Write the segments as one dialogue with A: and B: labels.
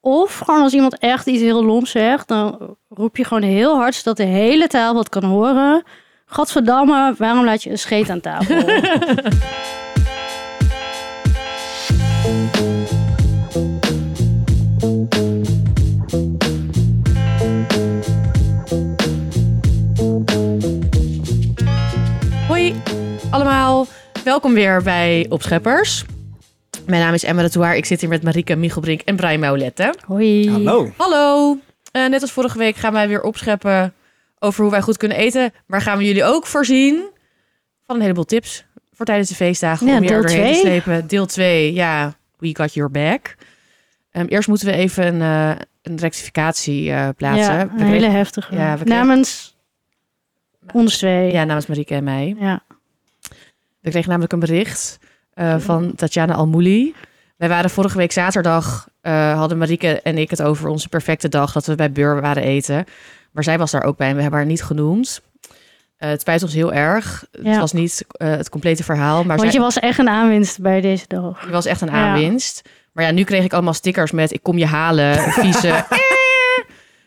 A: Of gewoon als iemand echt iets heel loms zegt, dan roep je gewoon heel hard zodat de hele tafel het kan horen. Gadverdamme, waarom laat je een scheet aan tafel?
B: Hoi allemaal, welkom weer bij Opscheppers. Mijn naam is Emma de Touaar. Ik zit hier met Marika Michelbrink en Brian Maulette.
A: Hoi.
C: Hallo.
B: Hallo, Eh, net als vorige week gaan wij weer opscheppen over hoe wij goed kunnen eten. Maar gaan we jullie ook voorzien van een heleboel tips voor tijdens de feestdagen.
A: Ja,
B: om je
A: deel
B: er doorheen te
A: twee.
B: slepen. Deel 2, ja, we got your back. Ehm, eerst moeten we even een, eh, een rectificatie eh, plaatsen.
A: Ja,
B: We
A: een
B: kregen-
A: hele heftige.
B: Ja, we kregen-
A: Namens ons twee.
B: ja, namens Marika en mij.
A: Ja.
B: We kregen namelijk een bericht eh, van Tatjana Almouli. Wij waren vorige week zaterdag, eh, hadden Marieke en ik het over onze perfecte dag dat we bij Beur waren eten. Maar zij was daar ook bij en we hebben haar niet genoemd. Eh, het spijt ons heel erg. Het
A: Ja.
B: was niet eh, het complete verhaal, maar zij,
A: Want je was echt een aanwinst bij deze dag.
B: je was echt een
A: Ja.
B: aanwinst. Maar ja, nu kreeg ik allemaal stickers met ik kom je halen, vieze.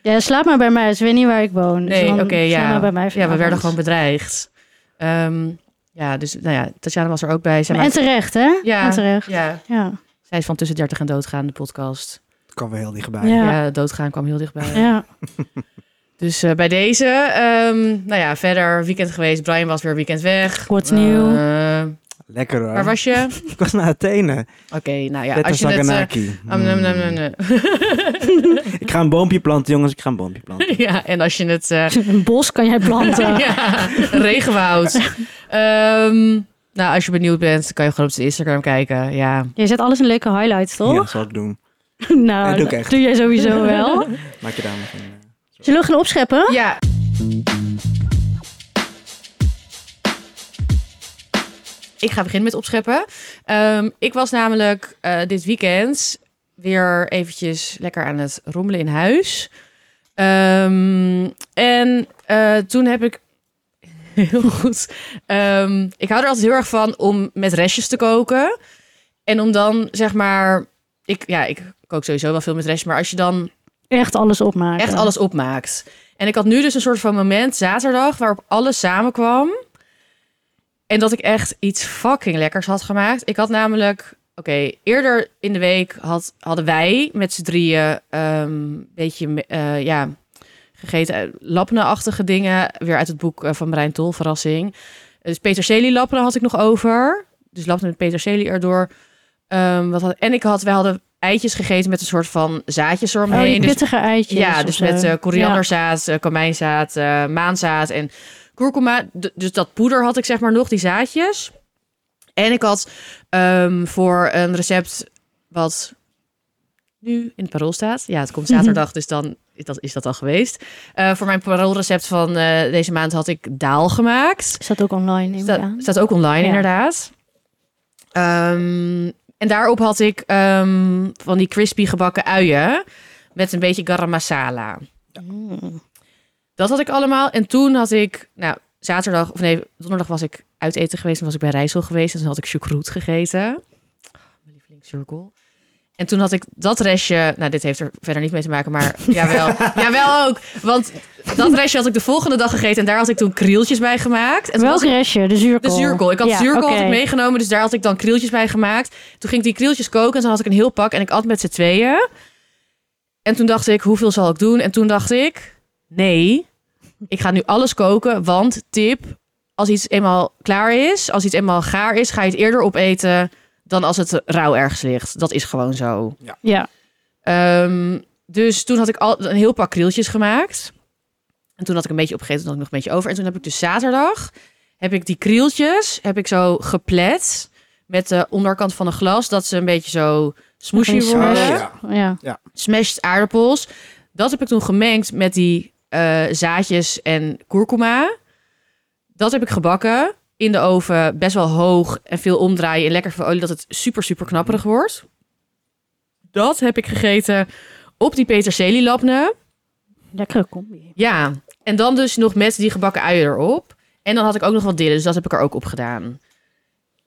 A: Ja, slaap maar bij mij. Ze weet niet waar ik woon. Dus
B: Nee,
A: dan
B: oké,
A: slaap
B: ja.
A: maar bij mij
B: ja, we
A: vanavond.
B: werden gewoon bedreigd. Ehm, ja, dus nou ja, Tatjana was er ook bij. Zij
A: Maar En
B: maakte-
A: terecht, hè?
B: Ja.
A: En terecht.
B: ja,
A: Ja.
B: zij is van tussen 30 en doodgaan, de podcast.
C: Dat kwam wel heel dichtbij.
A: Ja.
B: Ja, doodgaan kwam heel dichtbij.
A: ja.
B: Dus eh, bij deze, ehm, nou ja, verder weekend geweest. Brian was weer weekend weg.
A: What's new?
B: Eh,
C: Lekker hoor.
B: waar was je? Oké,
C: Ik was naar Athene.
B: nou ja,
C: Petra
B: als je het... eh,
C: Saganaki.
B: am, nam, nam, nam, nam.
C: Ik ga een boompje planten, jongens. Ik ga een boompje planten.
B: ja, en als je het... eh,
A: Een bos kan jij planten.
B: ja, regenwoud. Ehm, nou, als je benieuwd bent, dan kan je gewoon op zijn Instagram kijken. Ja,
A: Jij zet alles in leuke highlights, toch?
C: Ja, zal ik doen.
A: nou,
C: Ja, doe ik
A: dat
C: echt.
A: doe jij sowieso wel.
C: Maak je daar nog een... eh,
A: Zullen we gaan opscheppen?
B: ja. Ik ga beginnen met opscheppen. Ehm, ik was namelijk eh, dit weekend weer eventjes lekker aan het rommelen in huis. Ehm, en eh, toen heb ik heel goed. ehm, ik hou er altijd heel erg van om met restjes te koken. En om dan zeg maar. Ik, ja, ik kook sowieso wel veel met restjes. Maar als je dan
A: Echt alles opmaken.
B: echt alles opmaakt. En ik had nu dus een soort van moment zaterdag waarop alles samenkwam. En dat ik echt iets fucking lekkers had gemaakt. Ik had namelijk, oké, eerder in de week had, hadden wij met z'n drieën ehm, een beetje, eh, ja, gegeten. eh, Lappene-achtige dingen. Weer uit het boek eh, van Brein Tol, verrassing. Dus peterselie-lappenen had ik nog over. Dus lappenen met peterselie erdoor. Ehm, wat had, en ik had, wij hadden eitjes gegeten met een soort van zaadjes
A: Oh,
B: eromheen.
A: die
B: Dus
A: pittige eitjes.
B: ja,
A: of
B: dus
A: zo.
B: met eh, korianderzaad, eh, komijnzaad, eh, maanzaad en kurkuma. D- dus dat poeder had ik zeg maar nog, die zaadjes. En ik had ehm, voor een recept wat nu in het parool staat. Ja, het komt
A: Mhm.
B: zaterdag, dus dan is dat, is dat al geweest. Eh, voor mijn paroolrecept van eh, deze maand had ik daal gemaakt.
A: Ja. Staat ook online, neem ik
B: Staat,
A: aan.
B: staat ook online,
A: Ja.
B: inderdaad. Ehm, en daarop had ik ehm, van die crispy gebakken uien met een beetje garam masala.
A: Mm.
B: Dat had ik allemaal. En toen had ik, nou, zaterdag, of nee, donderdag was ik uit eten geweest. En was ik bij Rijssel geweest. En toen had ik choucroute gegeten. Oh, Mijn lievelingscirkel. En toen had ik dat restje, nou, dit heeft er verder niet mee te maken, maar jawel, jawel ook. Want dat restje had ik de volgende dag gegeten en daar had ik toen krieltjes bij gemaakt. En toen
A: Welk
B: was ik-
A: restje? De zuurkool.
B: de zuurkool. Ik had
A: Ja,
B: zuurkool had ik
A: oké.
B: meegenomen, dus daar had ik dan krieltjes bij gemaakt. Toen ging ik die krieltjes koken en toen had ik een heel pak en ik at met z'n tweeën. En toen dacht ik, hoeveel zal ik doen? En toen dacht ik, nee, ik ga nu alles koken, want tip, als iets eenmaal klaar is, als iets eenmaal gaar is, ga je het eerder opeten dan als het rauw ergens ligt. Dat is gewoon zo.
A: Ja.
B: Ehm, dus toen had ik al een heel pak krieltjes gemaakt. En toen had ik een beetje opgegeten, toen had ik nog een beetje over. En toen heb ik dus zaterdag, heb ik die krieltjes, heb ik zo geplet met de onderkant van een glas, dat ze een beetje zo smooshy
A: Van die
B: worden.
A: smash.
C: ja.
A: ja.
B: Smashed aardappels. Dat heb ik toen gemengd met die eh, zaadjes en kurkuma. Dat heb ik gebakken in de oven, best wel hoog en veel omdraaien en lekker veel olie, dat het super, super knapperig wordt. Dat heb ik gegeten op die peterselielapne.
A: Lekkere combi.
B: Ja, en dan dus nog met die gebakken uien erop. En dan had ik ook nog wat dillen, dus dat heb ik er ook op gedaan.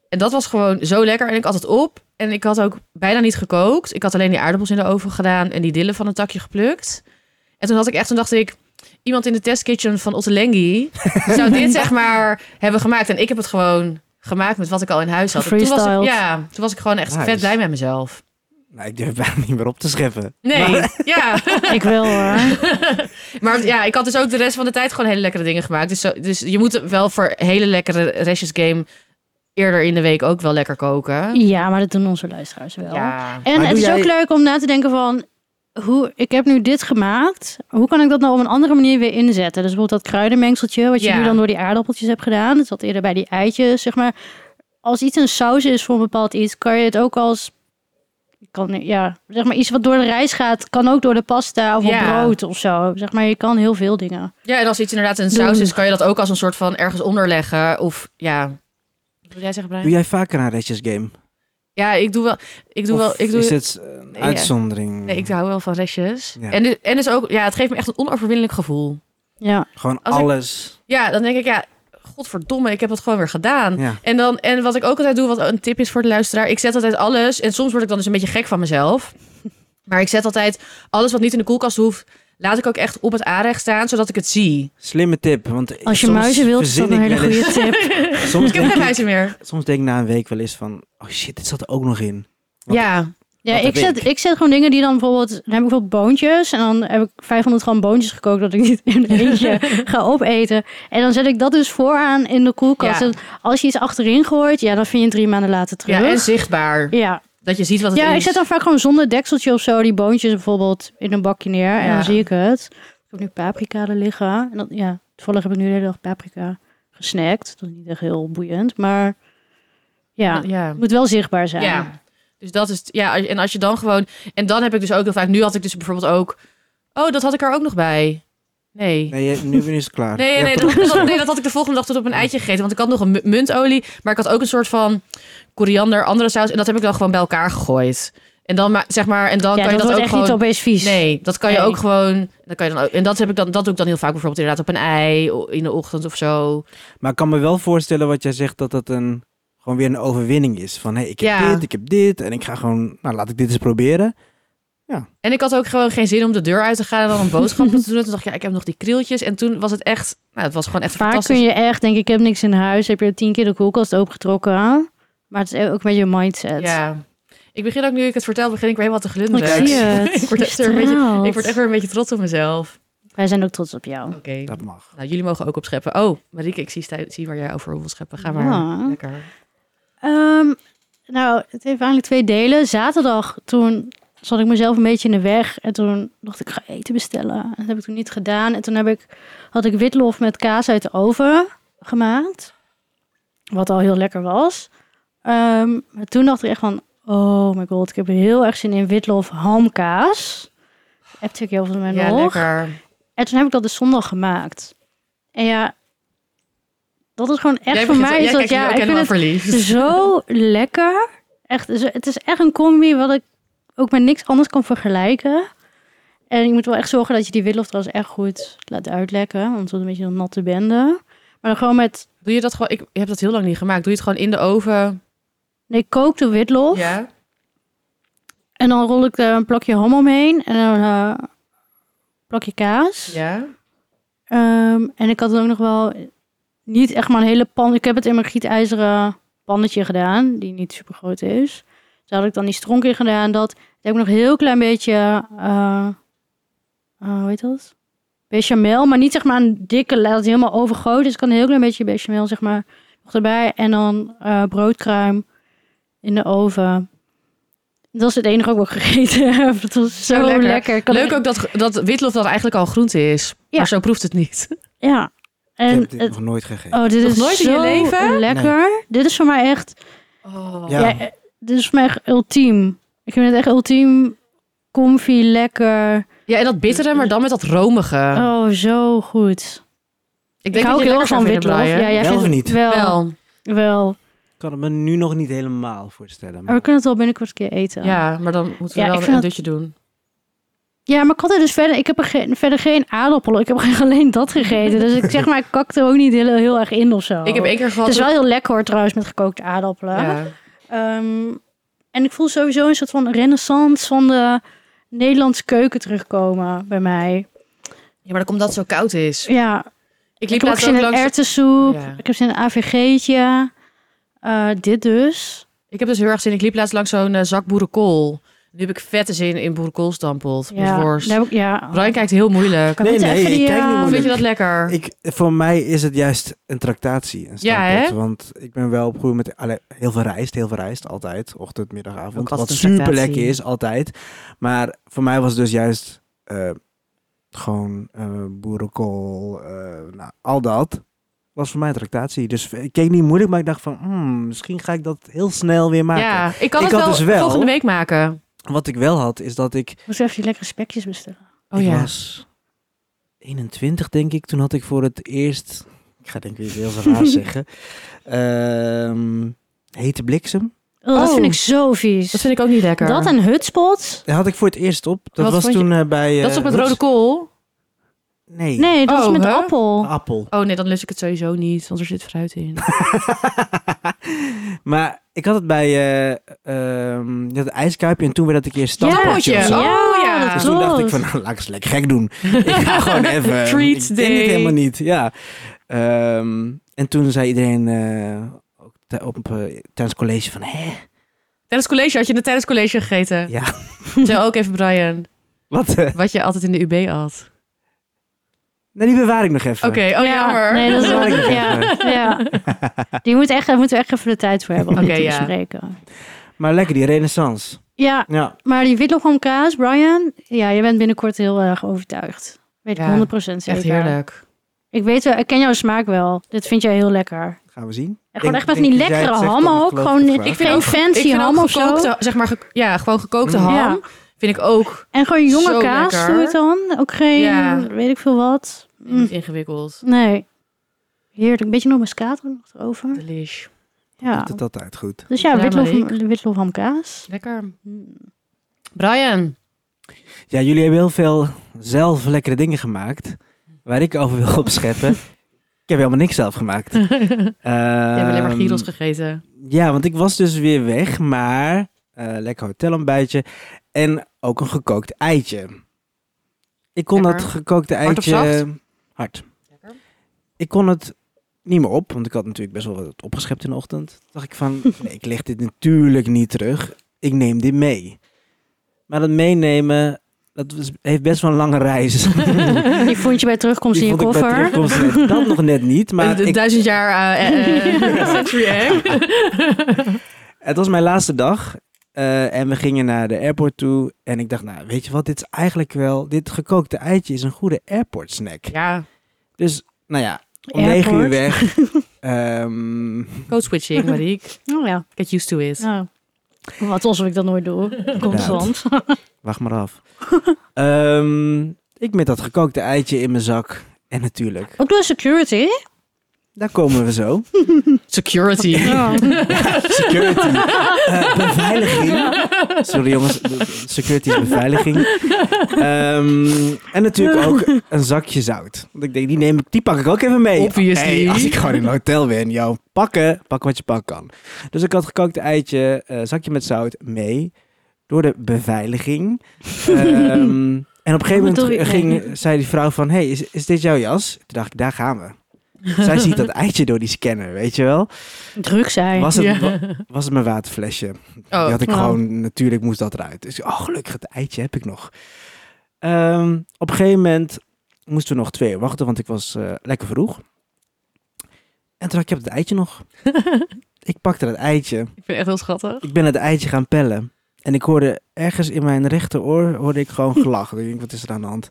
B: En dat was gewoon zo lekker. En ik at het op. En ik had ook bijna niet gekookt. Ik had alleen die aardappels in de oven gedaan en die dillen van een takje geplukt. En toen had ik echt, toen dacht ik, iemand in de testkitchen van Ottelengi zou dit zeg maar hebben gemaakt. En ik heb het gewoon gemaakt met wat ik al in huis had. En Toen was ik,
A: Gefreestyled.
B: ja, toen was ik gewoon echt
C: Nice.
B: vet blij met mezelf.
C: Nou, ik durf bijna niet meer op te scheppen.
B: Nee, ja.
A: Ik wil hoor.
B: Maar ja, ik had dus ook de rest van de tijd gewoon hele lekkere dingen gemaakt. Dus, zo- dus je moet wel voor hele lekkere restjes game eerder in de week ook wel lekker koken.
A: Ja, maar dat doen onze luisteraars wel.
B: Ja.
A: En
C: Maar
A: het
C: doe
A: is ook
C: jij-
A: leuk om na te denken van... Hoe, ik heb nu dit gemaakt. Hoe kan ik dat nou op een andere manier weer inzetten? Dus bijvoorbeeld dat kruidenmengseltje... wat je
B: Ja.
A: nu dan door die aardappeltjes hebt gedaan. Dat zat eerder bij die eitjes, zeg maar. Als iets een saus is voor een bepaald iets... kan je het ook als... Kan, ja, zeg maar iets wat door de rijst gaat... kan ook door de pasta of op
B: Ja.
A: brood of zo. Zeg maar, je kan heel veel dingen.
B: ja, en als iets inderdaad een saus is, kan je dat ook als een soort van ergens onder leggen. Of ja. Wat wil jij zeggen,
C: Doe
B: Brian?
C: jij vaker een restjes game?
B: Ja, ik doe wel. Ik doe wel.
C: Of
B: Ik doe,
C: is dit een
B: Nee, ja.
C: uitzondering?
B: nee, ik hou wel van restjes.
C: Ja.
B: En, dus- en dus ook, ja, het geeft me echt een onoverwinnelijk gevoel.
A: Ja,
C: Gewoon
B: Als ik-
C: alles.
B: Ja, dan denk ik, ja, godverdomme, ik heb het gewoon weer gedaan.
C: Ja.
B: En, dan, en wat ik ook altijd doe, wat een tip is voor de luisteraar. Ik zet altijd alles, en soms word ik dan dus een beetje gek van mezelf. Maar ik zet altijd alles wat niet in de koelkast hoeft, laat ik ook echt op het aanrecht staan, zodat ik het zie.
C: Slimme tip. Want eh,
A: als je
C: soms
A: muizen wilt, is
C: verzin
A: dat een
C: ik
A: hele
C: wel eens-
A: goede tip.
C: Soms
B: Ik heb
C: denk
B: geen
C: ik,
B: muizen meer.
C: soms denk ik na een week wel eens van... Oh shit, dit zat er ook nog in. Wat-
B: Ja,
A: Ja,
C: Wat
A: ik
C: heb
A: zet,
C: ik?
A: ik zet gewoon dingen die dan bijvoorbeeld... Dan heb ik bijvoorbeeld boontjes. En dan heb ik 500 gram boontjes gekookt... dat ik niet in eentje ga opeten. En dan zet ik dat dus vooraan in de koelkast.
B: Ja.
A: En als je iets achterin gooit... Ja, dan vind je het drie maanden later terug.
B: ja,
A: Ja,
B: en zichtbaar.
A: ja.
B: Dat je ziet wat het is.
A: ik zet dan vaak gewoon zonder dekseltje of zo... die boontjes bijvoorbeeld in een bakje neer. En
B: Ja.
A: dan zie ik het. Ik heb nu paprika er liggen. En dan, ja, toevallig heb ik nu de hele dag paprika gesnackt. Dat is niet echt heel boeiend. Maar ja,
B: ja.
A: het moet wel zichtbaar zijn.
B: Ja. Dus dat is, het- ja, en als je dan gewoon, en dan heb ik dus ook heel vaak, nu had ik dus bijvoorbeeld ook, oh, dat had ik er ook nog bij. Nee.
C: Nee, je- nu ben je het klaar.
B: Nee,
C: Ja,
B: nee,
C: toch?
B: dat, dat- nee, dat had ik de volgende dag tot op een eitje gegeten. Want ik had nog een mu- muntolie, maar ik had ook een soort van koriander, andere saus. En dat heb ik dan gewoon bij elkaar gegooid. En dan ma- zeg maar, en dan
A: Ja,
B: kan
A: dat,
B: je dat,
A: wordt
B: ook
A: echt
B: gewoon.
A: niet opeens vies.
B: Nee, dat kan je
A: Nee.
B: ook gewoon. Dat kan je dan ook, en dat, heb ik dan, dat doe ik dan heel vaak bijvoorbeeld inderdaad op een ei o- in de ochtend of zo.
C: Maar ik kan me wel voorstellen wat jij zegt, dat dat een, gewoon weer een overwinning is. Van, hé, ik heb
B: Ja.
C: dit, ik heb dit. En ik ga gewoon, nou, laat ik dit eens proberen.
B: En ik had ook gewoon geen zin om de deur uit te gaan en dan een boodschap te doen. Toen dacht ik, ja, ik heb nog die krieltjes. En toen was het echt, nou, het was gewoon echt
A: Vaak
B: fantastisch.
A: kun je echt denken, ik heb niks in huis. Heb je tien keer de koelkast opengetrokken. Maar het is ook een beetje een mindset.
B: Ja. Ik begin ook nu ik het vertel, begin ik weer helemaal te
A: Ik
B: glunderen.
A: zie het.
B: ik, word
A: Je
B: echt weer een beetje,
A: straalt.
B: ik word echt weer een beetje trots op mezelf.
A: Wij zijn ook trots op jou.
B: Oké.
C: Dat mag.
B: Nou, jullie mogen ook op scheppen. Oh, Marieke, ik zie, stij- zie waar jij over wil scheppen. Ga maar.
A: Ja.
B: Lekker.
A: Ehm, nou, het heeft eigenlijk twee delen. Zaterdag, toen zat ik mezelf een beetje in de weg. En toen dacht ik, ik ga eten bestellen. Dat heb ik toen niet gedaan. En toen heb ik, had ik witlof met kaas uit de oven gemaakt. Wat al heel lekker was. Ehm, maar toen dacht ik echt van, oh my god, ik heb heel erg zin in witlof hamkaas. Heb ik heel veel in mijn
B: ja,
A: nog.
B: lekker.
A: En toen heb ik dat dus zondag gemaakt. En ja, dat is gewoon echt
B: Jij
A: voor
B: begint-
A: mij. Is
B: jij
A: dat,
B: kijkt nu
A: ja,
B: ook
A: ik vind het
B: helemaal
A: Dus-
B: verliefd.
A: zo lekker. Echt, zo- het is echt een combi wat ik ook met niks anders kan vergelijken. En je moet wel echt zorgen dat je die witlof trouwens echt goed laat uitlekken. Want het wordt een beetje een natte bende. Maar dan gewoon met...
B: Doe je dat gewoon... Ik heb dat heel lang niet gemaakt. Doe je het gewoon in de oven?
A: Nee, ik kook de witlof.
B: Ja.
A: En dan rol ik er een plakje ham omheen. En een eh, plakje kaas.
B: Ja.
A: Ehm, en ik had het ook nog wel niet echt maar een hele pan. Ik heb het in mijn gietijzeren pannetje gedaan, die niet super groot is. Dus Daar had ik dan die stronk in gedaan. Dat daar heb ik nog een heel klein beetje, eh, eh, hoe heet dat? Bechamel, maar niet zeg maar een dikke, laag, dat het helemaal overgoten is. Ik kan een heel klein beetje bechamel zeg maar nog erbij. En dan eh, broodkruim in de oven. Dat is het enige ook wat ik gegeten heb. Het was zo, lekker. Ik kan
B: Leuk
A: echt-
B: ook dat, dat witlof dat eigenlijk al groente is.
A: Ja.
B: Maar zo proeft het niet.
A: Ja.
C: ik
A: En
C: heb dit
A: het,
C: nog nooit gegeten.
A: Oh, dit
B: Nog
A: is
B: nooit in
A: zo
B: je leven?
A: lekker. Dit is voor mij echt,
B: Oh.
C: Ja.
A: ja. eh, dit is voor mij echt ultiem. Ik vind het echt ultiem, comfy, lekker.
B: Ja, en dat bittere, maar dan met dat romige.
A: Oh, zo goed.
B: ik
A: ik
B: dat
A: hou ook
B: je
A: heel
B: het
A: erg van
B: lekker
A: witlof.
B: zou
A: Ja, jij
B: vinden, Brian.
C: Wel
A: vindt
C: of
A: het
C: niet?
A: Wel, wel.
B: Wel.
C: Ik kan het me nu nog niet helemaal voorstellen.
A: Maar
C: Maar...
A: we kunnen het wel binnenkort een keer eten.
B: Ja, maar dan moeten we
A: Ja,
B: wel
A: ik
B: een
A: vind dat-
B: dutje doen.
A: Ja, maar ik had er dus verder... Ik heb er geen, verder geen aardappelen. Ik heb alleen dat gegeten. Dus ik zeg maar, ik kakte ook niet heel, heel erg in of zo.
B: Ik heb één keer
A: Oh. Het
B: gehad...
A: is wel heel lekker hoor, trouwens, met gekookte aardappelen.
B: Ja.
A: Ehm, en ik voel sowieso een soort van renaissance van de Nederlandse keuken terugkomen bij mij.
B: Ja, maar dat komt omdat het zo koud is.
A: Ja,
B: Ik
A: ik
B: liep
A: heb ook
B: laatst
A: zin
B: ook
A: in
B: langs...
A: erwtensoep.
B: Ja.
A: Ik heb zin in een AVG'tje. Eh, dit dus.
B: Ik heb dus heel erg zin... Ik liep laatst langs zo'n eh, zak boerenkool. Nu heb ik vette zin in boerenkoolstampot.
A: Ja,
B: Ja.
A: daar heb ik, ja.
B: Brian kijkt heel moeilijk. Oh,
A: Kan
C: nee,
A: niet
C: nee,
A: even die,
C: ik kijk
A: eh,
C: niet
A: Vind
B: Vind
C: moeilijk.
B: je dat lekker?
C: Ik, voor mij is het juist een tractatie. Een
B: Ja,
C: standpunt,
B: hè?
C: Want ik ben wel opgegroeid met allee, heel veel rijst, heel veel rijst, altijd. Ochtend, middag, avond.
B: Ook
C: Wat
B: altijd een tractatie.
C: super lekker is, altijd. Maar voor mij was het dus juist eh, gewoon eh, boerenkool, eh, nou, al dat. Was voor mij een tractatie. Dus ik keek niet moeilijk, maar ik dacht van, hmm, misschien ga ik dat heel snel weer maken.
B: Ja, ik kan
C: Ik
B: het
C: had
B: wel,
C: dus wel-
B: volgende week maken.
C: Wat ik wel had, is dat ik
A: Ik moest even die lekkere spekjes bestellen.
B: Oh
C: ik
B: ja.
C: was 21, denk ik. Toen had ik voor het eerst... Ik ga denk ik weer heel veel raar zeggen. Ehm, hete bliksem.
A: Oh, Dat
B: Oh.
A: vind ik zo vies.
B: Dat vind ik ook niet lekker.
A: Dat en hutspots?
C: Daar had ik voor het eerst op. Dat
B: Wat
C: was
B: vond je-
C: toen eh, bij... eh,
B: dat is ook met
C: Roets-
B: rode kool?
C: Nee,
A: Nee, dat
B: Oh,
A: is met
B: hè?
A: appel.
C: appel.
B: Oh nee, dan lust ik het sowieso niet, want er zit fruit in.
C: maar ik had het bij eh, ehm, je had het ijskuipje en toen werd dat een keer stampotje
B: Ja,
C: of zo.
B: ja. Oh, ja.
A: dat
C: Dus toen dacht ik
A: klopt.
C: van, nou, laat ik eens lekker gek doen. Ik ga gewoon even...
B: Treat
C: ik
B: day.
C: ken dit helemaal niet, ja. Ehm, en toen zei iedereen eh, ook te- op, eh, tijdens het college van... Hè?
B: tijdens college had je het tijdens college gegeten.
C: Ja,
B: Zo ook even Brian,
C: Wat? eh,
B: wat je altijd in de UB had.
C: Nee, die bewaar ik nog even.
B: Oké, oh
A: Ja,
B: jammer.
A: Nee, dat is
C: Dat
A: wel-
C: is
A: ja,
C: eigenlijk
A: ja. Die moet echt, daar moeten we echt even de tijd voor hebben om
B: Oké,
A: dit te
B: ja.
A: bespreken.
C: Maar lekker, die renaissance.
A: Ja,
C: Ja.
A: maar die witlogom kaas, Brian, ja, je bent binnenkort heel erg overtuigd. Weet
B: Ja,
A: ik 100% zeker.
B: Echt heerlijk.
A: Ik weet wel, ik ken jouw smaak wel. Dit vind jij heel lekker.
C: Gaan we zien.
A: En gewoon
C: Denk-
A: echt met
C: denk
A: die
C: dat jij
A: lekkere
C: het zegt,
A: ham
C: dat ik
A: ook.
C: geloof
A: Gewoon
C: het
A: ik
C: graag.
A: vind
B: vind
A: geen
B: ook- ik
A: fancy
B: vind
A: ham
B: ook
A: of zo.
B: gekookte, zeg maar, ge- ja, gewoon gekookte
C: Mm.
B: ham.
A: Ja.
B: Vind ik ook
A: En gewoon jonge
B: Zo
A: kaas
B: lekker.
A: doe het dan. Ook geen,
B: Ja.
A: weet ik veel wat. Mm,
B: niet ingewikkeld.
A: Nee. Heerlijk. Een beetje nog mascaat er nog over.
B: Delish.
A: Ja.
C: Doet het altijd goed.
A: Dus ja,
B: Ja,
A: witlof,
B: Marieke.
A: witlofham kaas.
B: Lekker.
A: Mm.
B: Brian.
C: Ja, jullie hebben heel veel zelf lekkere dingen gemaakt. Waar ik over wil opscheppen. ik heb helemaal niks zelf gemaakt. Ehm,
B: Je hebt
C: hebt
B: alleen maar gyros gegeten.
C: Ja, want ik was dus weer weg, maar eh, lekker hotelontbijtje en ook een gekookt eitje. Ik kon
B: Lekker.
C: dat gekookte
B: Hard of
C: eitje
B: zacht?
C: hard.
B: Lekker.
C: Ik kon het niet meer op, want ik had natuurlijk best wel wat opgeschept in de ochtend. Toen dacht ik van, nee, ik leg dit natuurlijk niet terug. Ik neem dit mee. Maar dat meenemen, dat was- heeft best wel een lange reis.
A: Die vond je bij terugkomst
C: Die
A: in je
C: vond ik bij
A: koffer.
C: terugkomst net- Dat nog net niet, maar
B: Een
C: ik
B: duizend jaar eh, eh, eh, century egg.
C: Het was mijn laatste dag. eh, en we gingen naar de airport toe. En ik dacht, nou, weet je wat, dit is eigenlijk wel... Dit gekookte eitje is een goede airport snack.
B: Ja,
C: Dus, nou ja, om negen uur weg. Ehm,
B: code switching, Mariek.
A: Oh ja.
B: Get used to it.
A: Nou, wat alsof ik dat nooit doe. Constant.
C: wacht maar af. Ehm, ik met dat gekookte eitje in mijn zak. En natuurlijk,
A: Ook door security.
C: daar komen we zo.
B: Security.
A: Ja.
C: Security. Eh, beveiliging. Sorry jongens, de- security is beveiliging. Ehm, en natuurlijk ook een zakje zout. Want ik denk, die, neem ik, die pak ik ook even mee.
B: Obviously.
C: Hey, als ik gewoon in een hotel ben, jou pakken, pak wat je pakken kan. Dus ik had gekookt eitje, eh, zakje met zout mee. Door de beveiliging. Ehm, en op een gegeven
A: Wat doe je?
C: moment ging, zei die vrouw van, hey, is, is dit jouw jas? Toen dacht ik, daar gaan we. Zij ziet dat eitje door die scanner, weet je wel.
A: Druk zijn.
C: Was het,
B: Ja.
C: wa- was het mijn waterflesje?
B: Oh,
C: die had ik
A: oh.
C: gewoon, natuurlijk moest dat eruit. Dus oh, gelukkig, het eitje heb ik nog. Ehm, op een gegeven moment moesten we nog twee uur wachten, want ik was eh, lekker vroeg. En toen dacht ik, ik heb het eitje nog. ik pakte dat eitje.
B: ik vind het echt heel schattig.
C: Ik ben het eitje gaan pellen. En ik hoorde ergens in mijn rechteroor hoorde ik gewoon gelach. ik denk, wat is er aan de hand?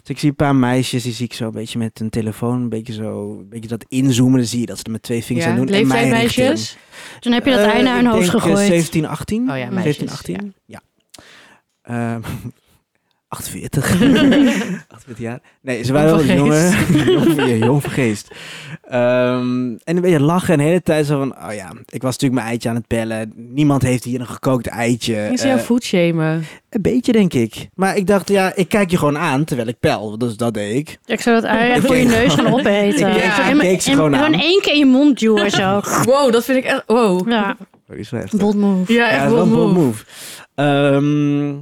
C: Dus ik zie een paar meisjes, die zie ik zo een beetje met hun telefoon, een beetje zo, een beetje dat inzoomen. Dan zie je dat ze het met twee vingers aan doen. in mijn
B: Leeftijd
C: richting.
B: meisjes?
A: Toen heb je dat
C: Eh,
A: ei naar hun
C: ik
A: hoofd
C: denk, eh,
A: gegooid.
C: 17, 18.
B: Oh ja, meisjes.
C: 17, 18. Ja. Ehm, 48. 48 jaar. Nee, ze waren wel wat
B: Jong van
C: jonger. jong, van- ja, jong van geest. Ehm, en een beetje lachen en de hele tijd zo van... Oh ja, ik was natuurlijk mijn eitje aan het bellen. Niemand heeft hier een gekookt eitje.
B: Ging ze
C: Eh,
B: jou food shamen?
C: een beetje, denk ik. Maar ik dacht, ja, ik kijk je gewoon aan terwijl ik pel. Dus dat deed ik.
A: Ik zou dat ei echt voor je
C: Ik-
A: neus gaan opeten.
B: Ja,
A: Zo
C: ik
A: in,
C: keek ze
A: in-
C: gewoon
A: gewoon
C: aan.
A: één keer in je mond duwen zo.
B: Wow, dat vind ik echt... Wow.
A: Ja,
C: Dat is wel echt-
A: bold move.
B: Ja,
C: Ja,
B: echt
C: dat is wel
B: wel
C: een bold
B: move.
C: move. Ehm,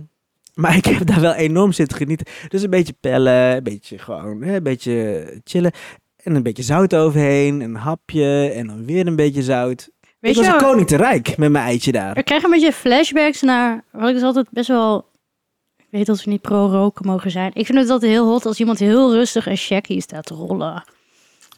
C: maar ik heb daar wel enorm zitten genieten. Dus een beetje pellen, een beetje gewoon, hè, een beetje chillen. En een beetje zout overheen, een hapje en dan weer een beetje zout.
A: Weet
C: ik
A: je
C: was
A: wel,
C: een koning te rijk met mijn eitje daar.
A: ik krijg een beetje flashbacks naar... Wat ik dus altijd best wel... Ik weet dat we niet pro-roken mogen zijn. Ik vind het altijd heel hot als iemand heel rustig en shaggy staat te rollen.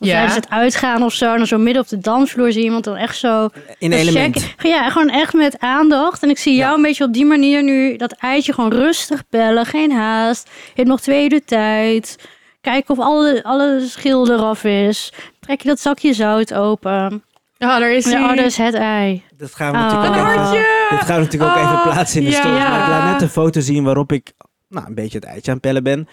A: Of
B: Ja.
A: tijdens het uitgaan of zo. En dan zo midden op de dansvloer zie je iemand dan echt zo...
C: In een
A: Dus
C: element.
A: check- ja, gewoon echt met aandacht. En ik zie jou
C: Ja.
A: een beetje op die manier nu dat eitje gewoon rustig bellen. Geen haast. Je hebt nog twee uur de tijd. Kijken of alle, alle schil eraf is. Trek je dat zakje zout open.
B: Ah, daar is
A: Ja,
B: hij.
A: oh, daar is het ei.
C: Dat gaan we
A: Ah.
C: natuurlijk
B: Een
C: ook even,
B: hartje!
C: dit gaan we natuurlijk ook
B: Ah,
C: even plaatsen in de
B: ja.
C: story. Maar ik laat net een foto zien waarop ik nou, een beetje het eitje aan het pellen ben.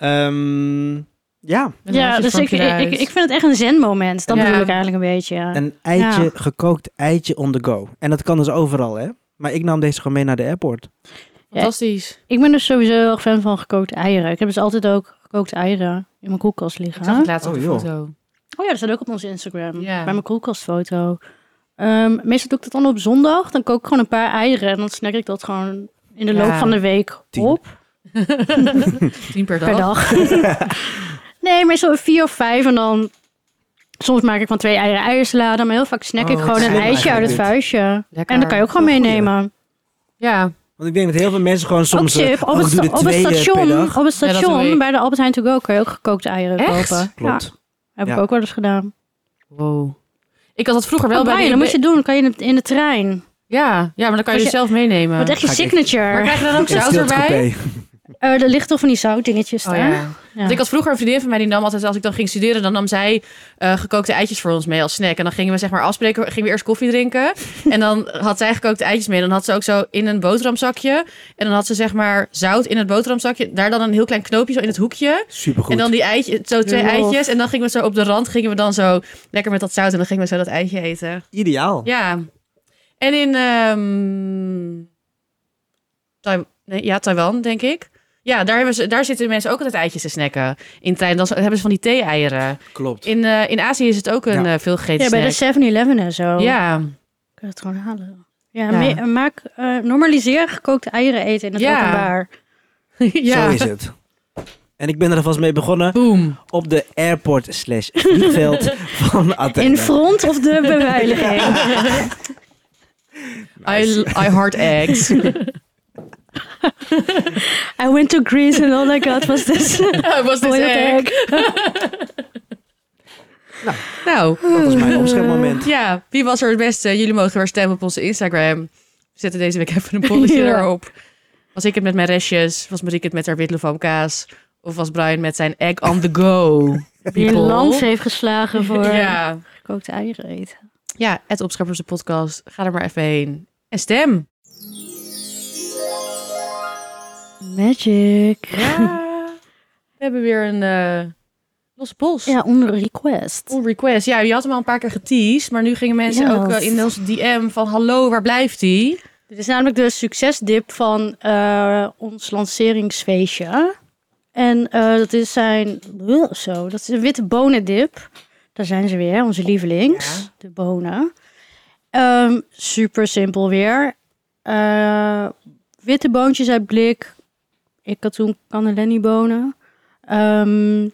C: Ehm, ja,
B: Een
A: ja,
B: hartje
A: dus
B: vormt
A: ik,
B: je eruit.
A: ik, ik vind het echt een zenmoment. Dat
B: Ja.
A: bedoel ik eigenlijk een beetje. ja.
C: een eitje, gekookt eitje on the go. En dat kan dus overal, hè? Maar ik nam deze gewoon mee naar de airport.
B: Fantastisch.
A: Ik ben dus sowieso heel erg fan van gekookte eieren. Ik heb dus altijd ook gekookte eieren in mijn koelkast liggen.
B: Ik zag het laatst op
C: Oh,
B: de
C: joh.
B: foto.
A: Oh ja, dat staat ook op onze Instagram.
B: Ja.
A: Bij mijn koelkastfoto. Ehm, meestal doe ik dat dan op zondag. Dan kook ik gewoon een paar eieren. En dan snack ik dat gewoon in de
B: Ja.
A: loop van de week
C: Tien
A: op.
B: Tien per dag.
A: Per dag. nee, meestal vier of vijf. En dan... Soms maak ik van twee eieren eiersalade. Maar heel vaak snack
C: Oh,
A: ik
C: wat
A: gewoon een
C: slim
A: ijsje uit het
C: eigenlijk dit.
A: vuistje.
B: Lekker.
A: En dat kan je ook gewoon
C: Wel goed, ja.
A: meenemen.
B: Ja.
C: Want ik denk dat heel veel mensen gewoon soms...
A: ook
C: eh,
A: chip. Op,
C: oh,
A: het,
C: ik doe
A: sta-
C: de
A: op het
C: tweede
A: station,
C: per dag.
A: op het
B: Ja, dat
A: station
B: doe ik.
A: bij de Albert Heijn To Go kan je ook gekookte eieren
B: Echt?
A: kopen. Ja,
C: Klopt.
A: heb
C: Ja.
A: ik ook wel eens gedaan.
B: Wow. Ik had dat vroeger wel
A: Oh,
B: bij
A: Brian,
B: de
A: dat moet je doen. Dan kan je in de, in de trein.
B: Ja, ja, maar dan kan je
A: Als
B: dus
A: je-
B: zelf meenemen.
A: Wat echt je
C: Ga ik echt-
A: signature.
B: Maar krijg je dan ook
C: In het
B: zout erbij?
C: stiltecoupé.
A: Eh, er ligt toch van die zoutdingetjes
B: Oh,
A: daar?
B: ja.
A: Ja.
B: Want ik had vroeger een vriendin van mij die nam altijd, als ik dan ging studeren, dan nam zij eh, gekookte eitjes voor ons mee als snack. En dan gingen we zeg maar afspreken, gingen we eerst koffie drinken. En dan had zij gekookte eitjes mee. En dan had ze ook zo in een boterhamzakje. En dan had ze zeg maar zout in het boterhamzakje. Daar dan een heel klein knoopje zo in het hoekje.
C: Supergoed.
B: En dan die eitjes, zo twee
A: Love.
B: eitjes. En dan gingen we zo op de rand, gingen we dan zo lekker met dat zout. En dan gingen we zo dat eitje eten.
C: Ideaal.
B: Ja. En in ehm, Tai- nee, ja, Taiwan, denk ik. Ja, daar, hebben ze, daar zitten mensen ook altijd eitjes te snacken. In Taiwan dan hebben ze van die thee-eieren.
C: Klopt.
B: In, eh, in Azië is het ook een
C: Ja.
B: eh, veel gegeten
A: Ja, bij de
B: snack.
A: 7-Eleven en zo.
B: Ja,
A: Kun je het gewoon halen. Ja,
B: Ja.
A: me- maak, eh, normaliseer gekookte eieren eten in het
B: Ja.
A: openbaar.
B: ja.
C: Zo is het. En ik ben er alvast mee begonnen
B: Boom.
C: op de airport slash vliegveld van Athene.
A: In front of de beveiliging.
B: I, I heart
C: Oh,
B: eggs.
A: I went to Greece and all I got was this
C: dus
B: was dit
A: boiled
B: egg?
A: egg.
B: Nou,
C: Dat was mijn opschepmoment.
B: ja. Wie was er het beste? Jullie mogen weer stemmen op onze Instagram. We zetten deze week even een polletje
A: Ja.
B: erop. Was ik het met mijn restjes? Was Marieke het met haar witloofhamkaas? Of was Brian met zijn egg on the go?
A: Die een
B: People.
A: lans heeft geslagen voor
B: Ja.
A: gekookte eieren eten.
B: Ja, het Opscheppers de podcast. Ga er maar even heen. En stem.
A: Magic.
B: Ja. We hebben weer een eh, losse pols.
A: Ja, onder request.
B: Een request. Ja, je had hem al een paar keer geteased. Maar nu gingen mensen
A: Ja.
B: ook eh, in onze DM van... Hallo, waar blijft die?
A: Dit is namelijk de succesdip van eh, ons lanceringsfeestje. En eh, dat is zijn... Zo, dat is een witte bonendip. Daar zijn ze weer, onze lievelings.
B: Ja.
A: De bonen. Ehm, super simpel weer. Eh, witte boontjes uit blik. Ik had toen cannellini bonen. Ehm,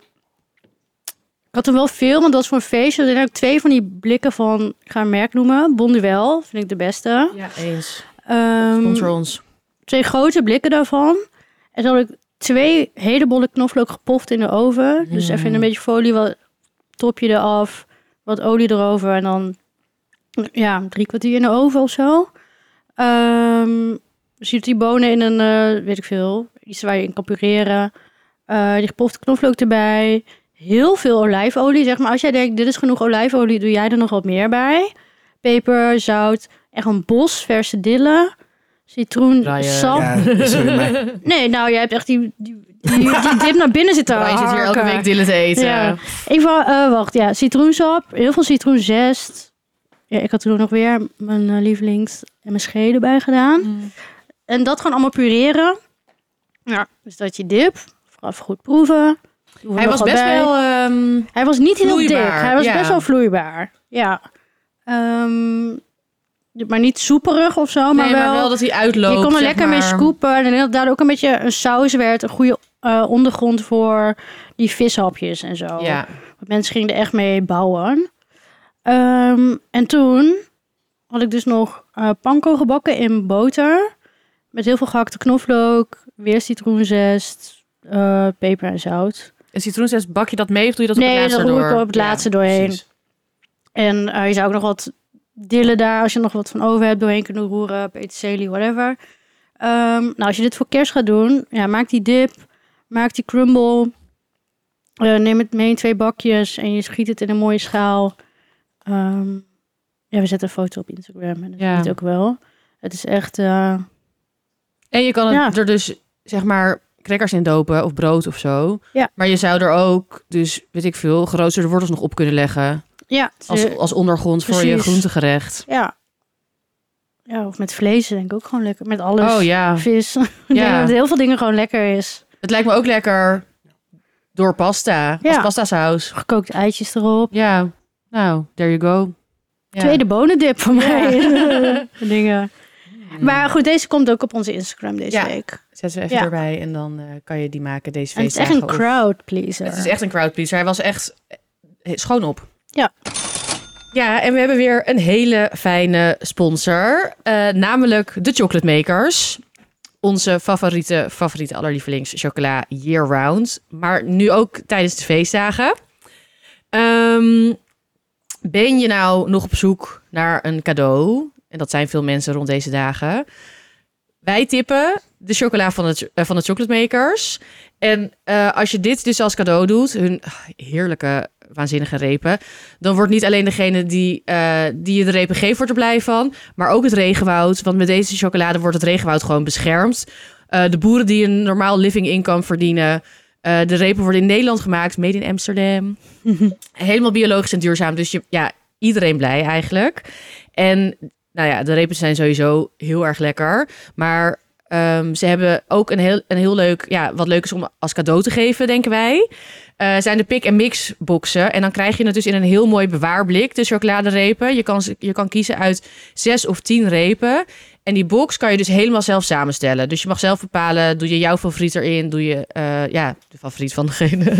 A: ik had toen wel veel, want dat was voor een feestje. Er zijn ook twee van die blikken van, ik ga een merk noemen. Bonduel, vind ik de beste.
B: Ja, eens.
A: Ehm,
B: Sponsor ons.
A: twee grote blikken daarvan. En toen had ik twee hele bolle knoflook gepoft in de oven. Dus
B: Mm.
A: even in een beetje folie, wat topje eraf, wat olie erover. En dan ja, drie kwartier in de oven of zo. Ehm ziet die bonen in een, eh, weet ik veel, iets waar je in kan pureren. Eh, die gepofte knoflook erbij. Heel veel olijfolie, zeg maar. Als jij denkt, dit is genoeg olijfolie, doe jij er nog wat meer bij. Peper, zout, echt een bos verse dille. citroen,
B: Brian.
A: sap.
C: Ja, sorry, maar
A: Nee, nou, jij hebt echt die, die, die, die dip naar binnen zitten
B: Brian zit hier elke
A: harken.
B: week dillen te eten.
A: Ah, Ja. Ik wou, eh, wacht, ja, citroensap, heel veel citroenzest. Ja, ik had toen ook nog weer mijn eh, lievelings MSG erbij gedaan. En dat gewoon allemaal pureren. Ja, dus dat je dip, vooral even goed proeven. Doe er
B: Hij
A: nog
B: was
A: wat
B: best
A: bij. Oh,
B: wel... ehm,
A: Hij was niet heel
B: vloeibaar,
A: dik, hij was
B: ja.
A: best wel vloeibaar. Ja. Ehm, maar niet soeperig of zo,
B: nee, maar wel dat hij uitloopt.
A: je kon er
B: zeg
A: lekker mee
B: maar.
A: scoopen. En ik denk dat daardoor ook een beetje een saus werd. Een goede eh, ondergrond voor die vishapjes en zo.
B: Ja.
A: Want mensen gingen er echt mee bouwen. Ehm, en toen had ik dus nog eh panko gebakken in boter. Met heel veel gehakte knoflook. Weer citroenzest. eh, peper en zout.
B: En citroenzest, bak je dat mee of doe je dat op
A: Nee,
B: het laatste
A: dat doe
B: door?
A: ik op het laatste doorheen.
B: precies.
A: En eh, je zou ook nog wat dillen daar, als je nog wat van over hebt, doorheen kunnen roeren, peterselie, whatever. Ehm, nou, als je dit voor kerst gaat doen, ja, maak die dip, maak die crumble. Eh, neem het mee in twee bakjes en je schiet het in een mooie schaal. Ehm, ja, we zetten een foto op Instagram en dat
B: Ja.
A: ja. ook wel. Het is echt... eh,
B: En je kan het
A: Ja.
B: er dus, zeg maar, crackers in dopen of brood of zo.
A: Ja.
B: Maar je zou er ook, dus weet ik veel, geroosterde wortels nog op kunnen leggen.
A: ja, het is-
B: Als, als ondergrond voor je
A: Precies.
B: groentegerecht.
A: ja. ja, of met vlees denk ik ook gewoon lekker. Met alles.
B: Oh ja.
A: Vis. Ik denk
B: Ja.
A: dat heel veel dingen gewoon lekker is.
B: Het lijkt me ook lekker door pasta.
A: Ja.
B: Als pasta saus.
A: Gekookt eitjes erop.
B: Ja. Nou, there you go. Ja.
A: Tweede bonendip van
B: Ja.
A: mij. Dingen. Maar goed, deze komt ook op onze Instagram deze
B: Ja.
A: week.
B: Zet ze even
A: Ja.
B: erbij en dan eh, kan je die maken deze
A: En het is echt
B: feestdagen.
A: een
B: of-
A: crowd pleaser.
B: Het is echt een crowdpleaser. Hij was echt eh, schoon op.
A: Ja.
B: Ja, en we hebben weer een hele fijne sponsor. eh, namelijk de Chocolate Makers. Onze favoriete, favoriete allerlievelings chocola year round. Maar nu ook tijdens de feestdagen. Ehm, ben je nou nog op zoek naar een cadeau? En dat zijn veel mensen rond deze dagen. Wij tippen de chocola van de, ch- eh, van de Chocolate Makers. En eh, als je dit dus als cadeau doet, hun ah, heerlijke, waanzinnige repen, dan wordt niet alleen degene die, eh, die je de repen geeft, wordt er blij van, maar ook het regenwoud. Want met deze chocolade wordt het regenwoud gewoon beschermd. Eh, de boeren die een normaal living income verdienen. eh, de repen worden in Nederland gemaakt, made in Amsterdam. Helemaal biologisch en duurzaam. Dus je, ja, iedereen blij eigenlijk. En nou ja, de repen zijn sowieso heel erg lekker. Maar Ehm, ze hebben ook een heel, een heel leuk, ja, wat leuk is om als cadeau te geven, denken wij. eh, zijn de pick en mix boxen. En dan krijg je het dus in een heel mooi bewaarblik, de chocoladerepen. Je kan, ze- je kan kiezen uit zes of tien repen. En die box kan je dus helemaal zelf samenstellen. Dus je mag zelf bepalen, doe je jouw favoriet erin? Doe je, eh, ja, de favoriet van degene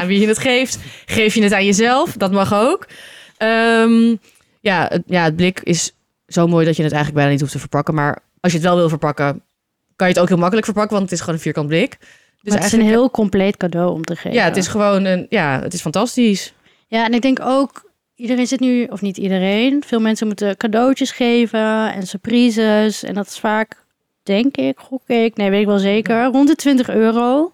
B: aan wie je het geeft? Geef je het aan jezelf? Dat mag ook. Ehm, ja, het, ja, het blik is zo mooi dat je het eigenlijk bijna niet hoeft te verpakken. Maar als je het wel wil verpakken, kan je het ook heel makkelijk verpakken, want het is gewoon een vierkant blik. Dus
A: Maar het is een
B: eigenlijk-
A: heel compleet cadeau om te geven.
B: ja, het is gewoon een, ja, het is fantastisch.
A: Ja, en ik denk ook, iedereen zit nu, of niet iedereen, veel mensen moeten cadeautjes geven en surprises. En dat is vaak, denk ik, gok ik, nee, weet ik wel zeker, rond de 20 euro.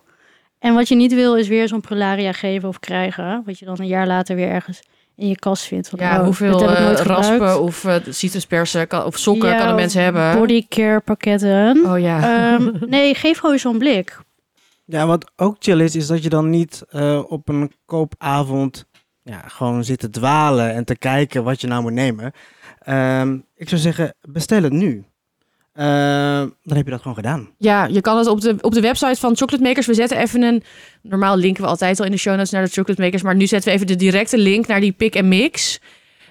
A: En wat je niet wil, is weer zo'n prularia geven of krijgen. Wat je dan een jaar later weer ergens in je kast vindt. Van,
B: Ja,
A: oh,
B: hoeveel
A: dit heb ik nooit
B: eh, raspen
A: gebruikt.
B: of eh, citruspersen kan, of sokken
A: Ja,
B: kan een mens hebben?
A: Bodycare pakketten.
B: Oh ja.
A: Ehm, nee, geef gewoon zo'n blik.
C: Ja, wat ook chill is, is dat je dan niet eh, op een koopavond ja, gewoon zit te dwalen en te kijken wat je nou moet nemen. Ehm, ik zou zeggen, bestel het nu. Ehm, dan heb je dat gewoon gedaan.
B: Ja, je kan het op de, op de website van Chocolate Makers. We zetten even een. Normaal linken we altijd al in de show notes naar de Chocolate Makers. Maar nu zetten we even de directe link naar die pick en mix.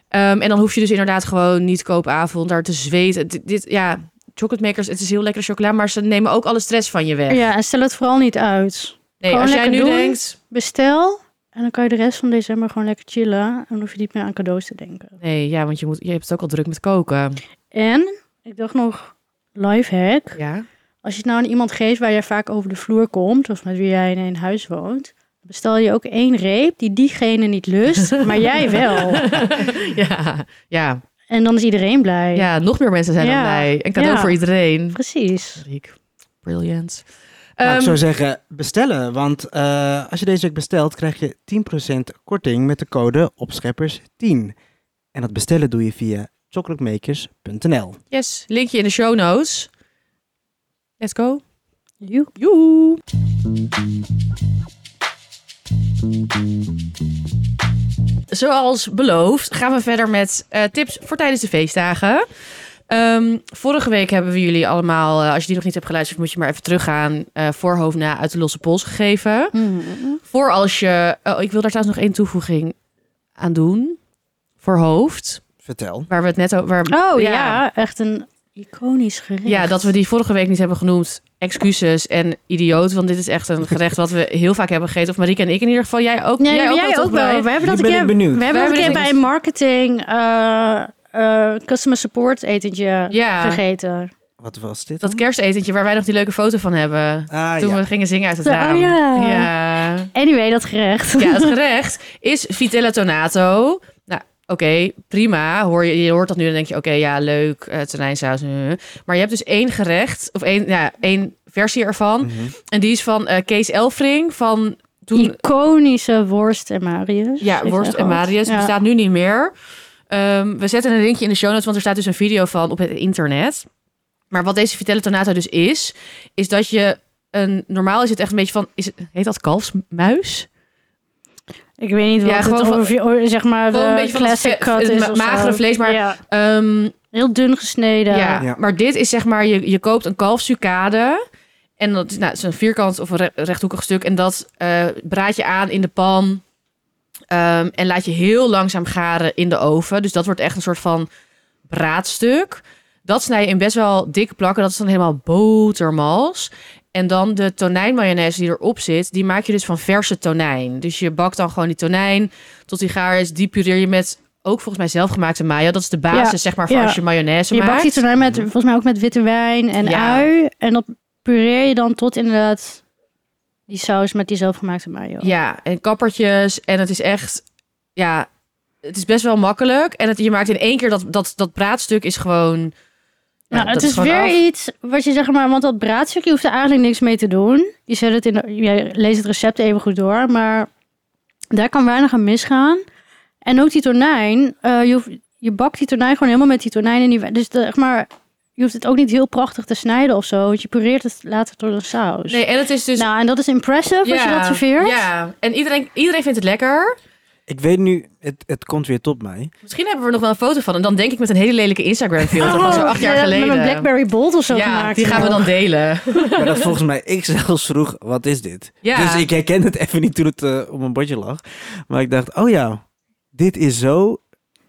B: Ehm, en dan hoef je dus inderdaad gewoon niet koopavond daar te zweten. Dit, dit- ja, Chocolate Makers, het is heel lekkere chocola. Maar ze nemen ook alle stress van je weg.
A: Ja, en stel het vooral niet uit.
B: nee,
A: gewoon
B: als jij nu
A: lekker doen.
B: denkt.
A: bestel. En dan kan je de rest van december gewoon lekker chillen. En dan hoef je niet meer aan cadeaus te denken.
B: Nee, ja, want je, moet, je hebt het ook al druk met koken.
A: En ik dacht nog, lifehack.
B: Ja.
A: Als je het nou aan iemand geeft waar jij vaak over de vloer komt, of met wie jij in een huis woont, bestel je ook één reep die diegene niet lust, maar jij wel.
B: ja, ja,
A: En dan is iedereen blij.
B: ja, nog meer mensen zijn
A: Ja.
B: dan blij. Een cadeau
A: Ja.
B: voor iedereen.
A: Precies.
B: Riek, brilliant.
C: maar
B: Ehm,
C: Nou, ik zou zeggen, bestellen. Want eh, als je deze week bestelt, krijg je 10% korting met de code opscheppers10. En dat bestellen doe je via chocolatemakers.nl.
B: Yes, linkje in de show notes. Let's go.
A: Joe.
B: Joe. Zoals beloofd gaan we verder met eh, tips voor tijdens de feestdagen. Ehm, vorige week hebben we jullie allemaal, eh, als je die nog niet hebt geluisterd, moet je maar even teruggaan, eh voorhoofd na uit de losse pols gegeven.
A: Hmm.
B: Voor als je, oh, ik wil daar trouwens nog één toevoeging aan doen. Voor hoofd,
C: Vertel.
B: waar we het net over... waar-
A: Oh ja. echt een iconisch gerecht.
B: Ja, dat we die vorige week niet hebben genoemd. Excuses en idioot, want dit is echt een gerecht wat we heel vaak hebben gegeten. Of Marieke en ik in ieder geval. Jij ook,
A: Nee,
B: jij
A: jij
B: ook,
A: ook,
B: wel, toch,
A: wel.
B: Brian?
A: We hebben
C: Nu
A: dat een
C: ben
A: keer,
C: ik benieuwd.
A: We hebben
B: We
A: dat een keer
B: hebben
A: bij
B: dit-
A: een marketing eh, eh, customer support etentje
B: Ja,
A: gegeten.
C: Wat was dit?
B: dat
C: dan?
B: kerstetentje waar wij nog die leuke foto van hebben.
C: Ah,
B: Toen
C: ja.
B: we gingen zingen uit het
A: Oh,
B: raam.
A: ja.
B: ja.
A: Anyway, dat gerecht.
B: Ja, het gerecht is vitella tonato. Nou, oké, prima. Hoor je, je hoort dat nu en denk je, oké, ja, leuk, eh tonijnsaus. eh. Maar je hebt dus één gerecht, of één, ja, één versie ervan.
C: Mhm.
B: En die is van eh, Kees Elfring van toen
A: Iconische worst en Marius.
B: Ja,
A: Heeft
B: Worst
A: hij
B: en
A: gehad.
B: Marius
A: Ja.
B: bestaat nu niet meer. Ehm, we zetten een linkje in de show notes, want er staat dus een video van op het internet. Maar wat deze Vitelle Tonato dus is, is dat je een... Normaal is het echt een beetje van... Is het, heet dat kalfsmuis?
A: Ik weet niet
B: Ja,
A: wat het
B: gewoon van-
A: of je, oh, zeg maar
B: Gewoon
A: de
B: een beetje van
A: classic
B: het ve-
A: cut
B: het
A: is
B: ma-
A: of zo.
B: magere vlees, maar-
A: Ja,
B: Ehm,
A: heel dun gesneden.
B: ja.
C: Ja.
B: maar dit is zeg maar... Je, je koopt een kalfsucade. En dat nou, het is een vierkant of een re- rechthoekig stuk. En dat eh, braad je aan in de pan. Ehm, en laat je heel langzaam garen in de oven. Dus dat wordt echt een soort van braadstuk. Dat snij je in best wel dikke plakken. Dat is dan helemaal botermals. En dan de tonijnmayonaise die erop zit, die maak je dus van verse tonijn. Dus je bakt dan gewoon die tonijn tot die gaar is. Die pureer je met ook volgens mij zelfgemaakte mayo. Dat is de basis,
A: Ja,
B: zeg maar, voor
A: ja.
B: als je mayonaise
A: Je
B: maakt.
A: bakt iets erbij met, volgens mij ook met witte wijn en
B: Ja.
A: ui. En dat pureer je dan tot inderdaad die saus met die zelfgemaakte mayo.
B: Ja, en kappertjes. En het is echt, ja, het is best wel makkelijk. En het, je maakt in één keer dat, dat, dat braadstuk is gewoon. ja,
A: nou,
B: dat
A: het is
B: gewoon
A: weer
B: af.
A: iets wat je zeg maar, want dat braadstuk, je hoeft er eigenlijk niks mee te doen. Je zet het in, de- je leest het recept even goed door, maar daar kan weinig aan misgaan. En ook die tonijn, eh, je, hoeft- je bakt die tonijn gewoon helemaal met die tonijn in die wijn. Dus de- zeg maar, je hoeft het ook niet heel prachtig te snijden of zo, want je pureert het later door de saus.
B: Nee, en het is dus.
A: nou, en dat is impressive als je dat serveert.
B: Ja, en iedereen, iedereen vindt het lekker.
C: Ik weet nu, het, het komt weer tot mij.
B: Misschien hebben we er nog wel een foto van. En dan denk ik met een hele lelijke Instagram filter van
A: Oh,
B: zo acht jaar
A: ja,
B: geleden.
A: Met een Blackberry Bolt of zo
B: ja,
A: gemaakt.
B: die gaan we dan delen.
C: Maar dat volgens mij ik zelfs vroeg, wat is dit?
B: Ja.
C: Dus ik herken het even niet toen het eh, op mijn bordje lag. Maar ik dacht, oh ja, dit is zo.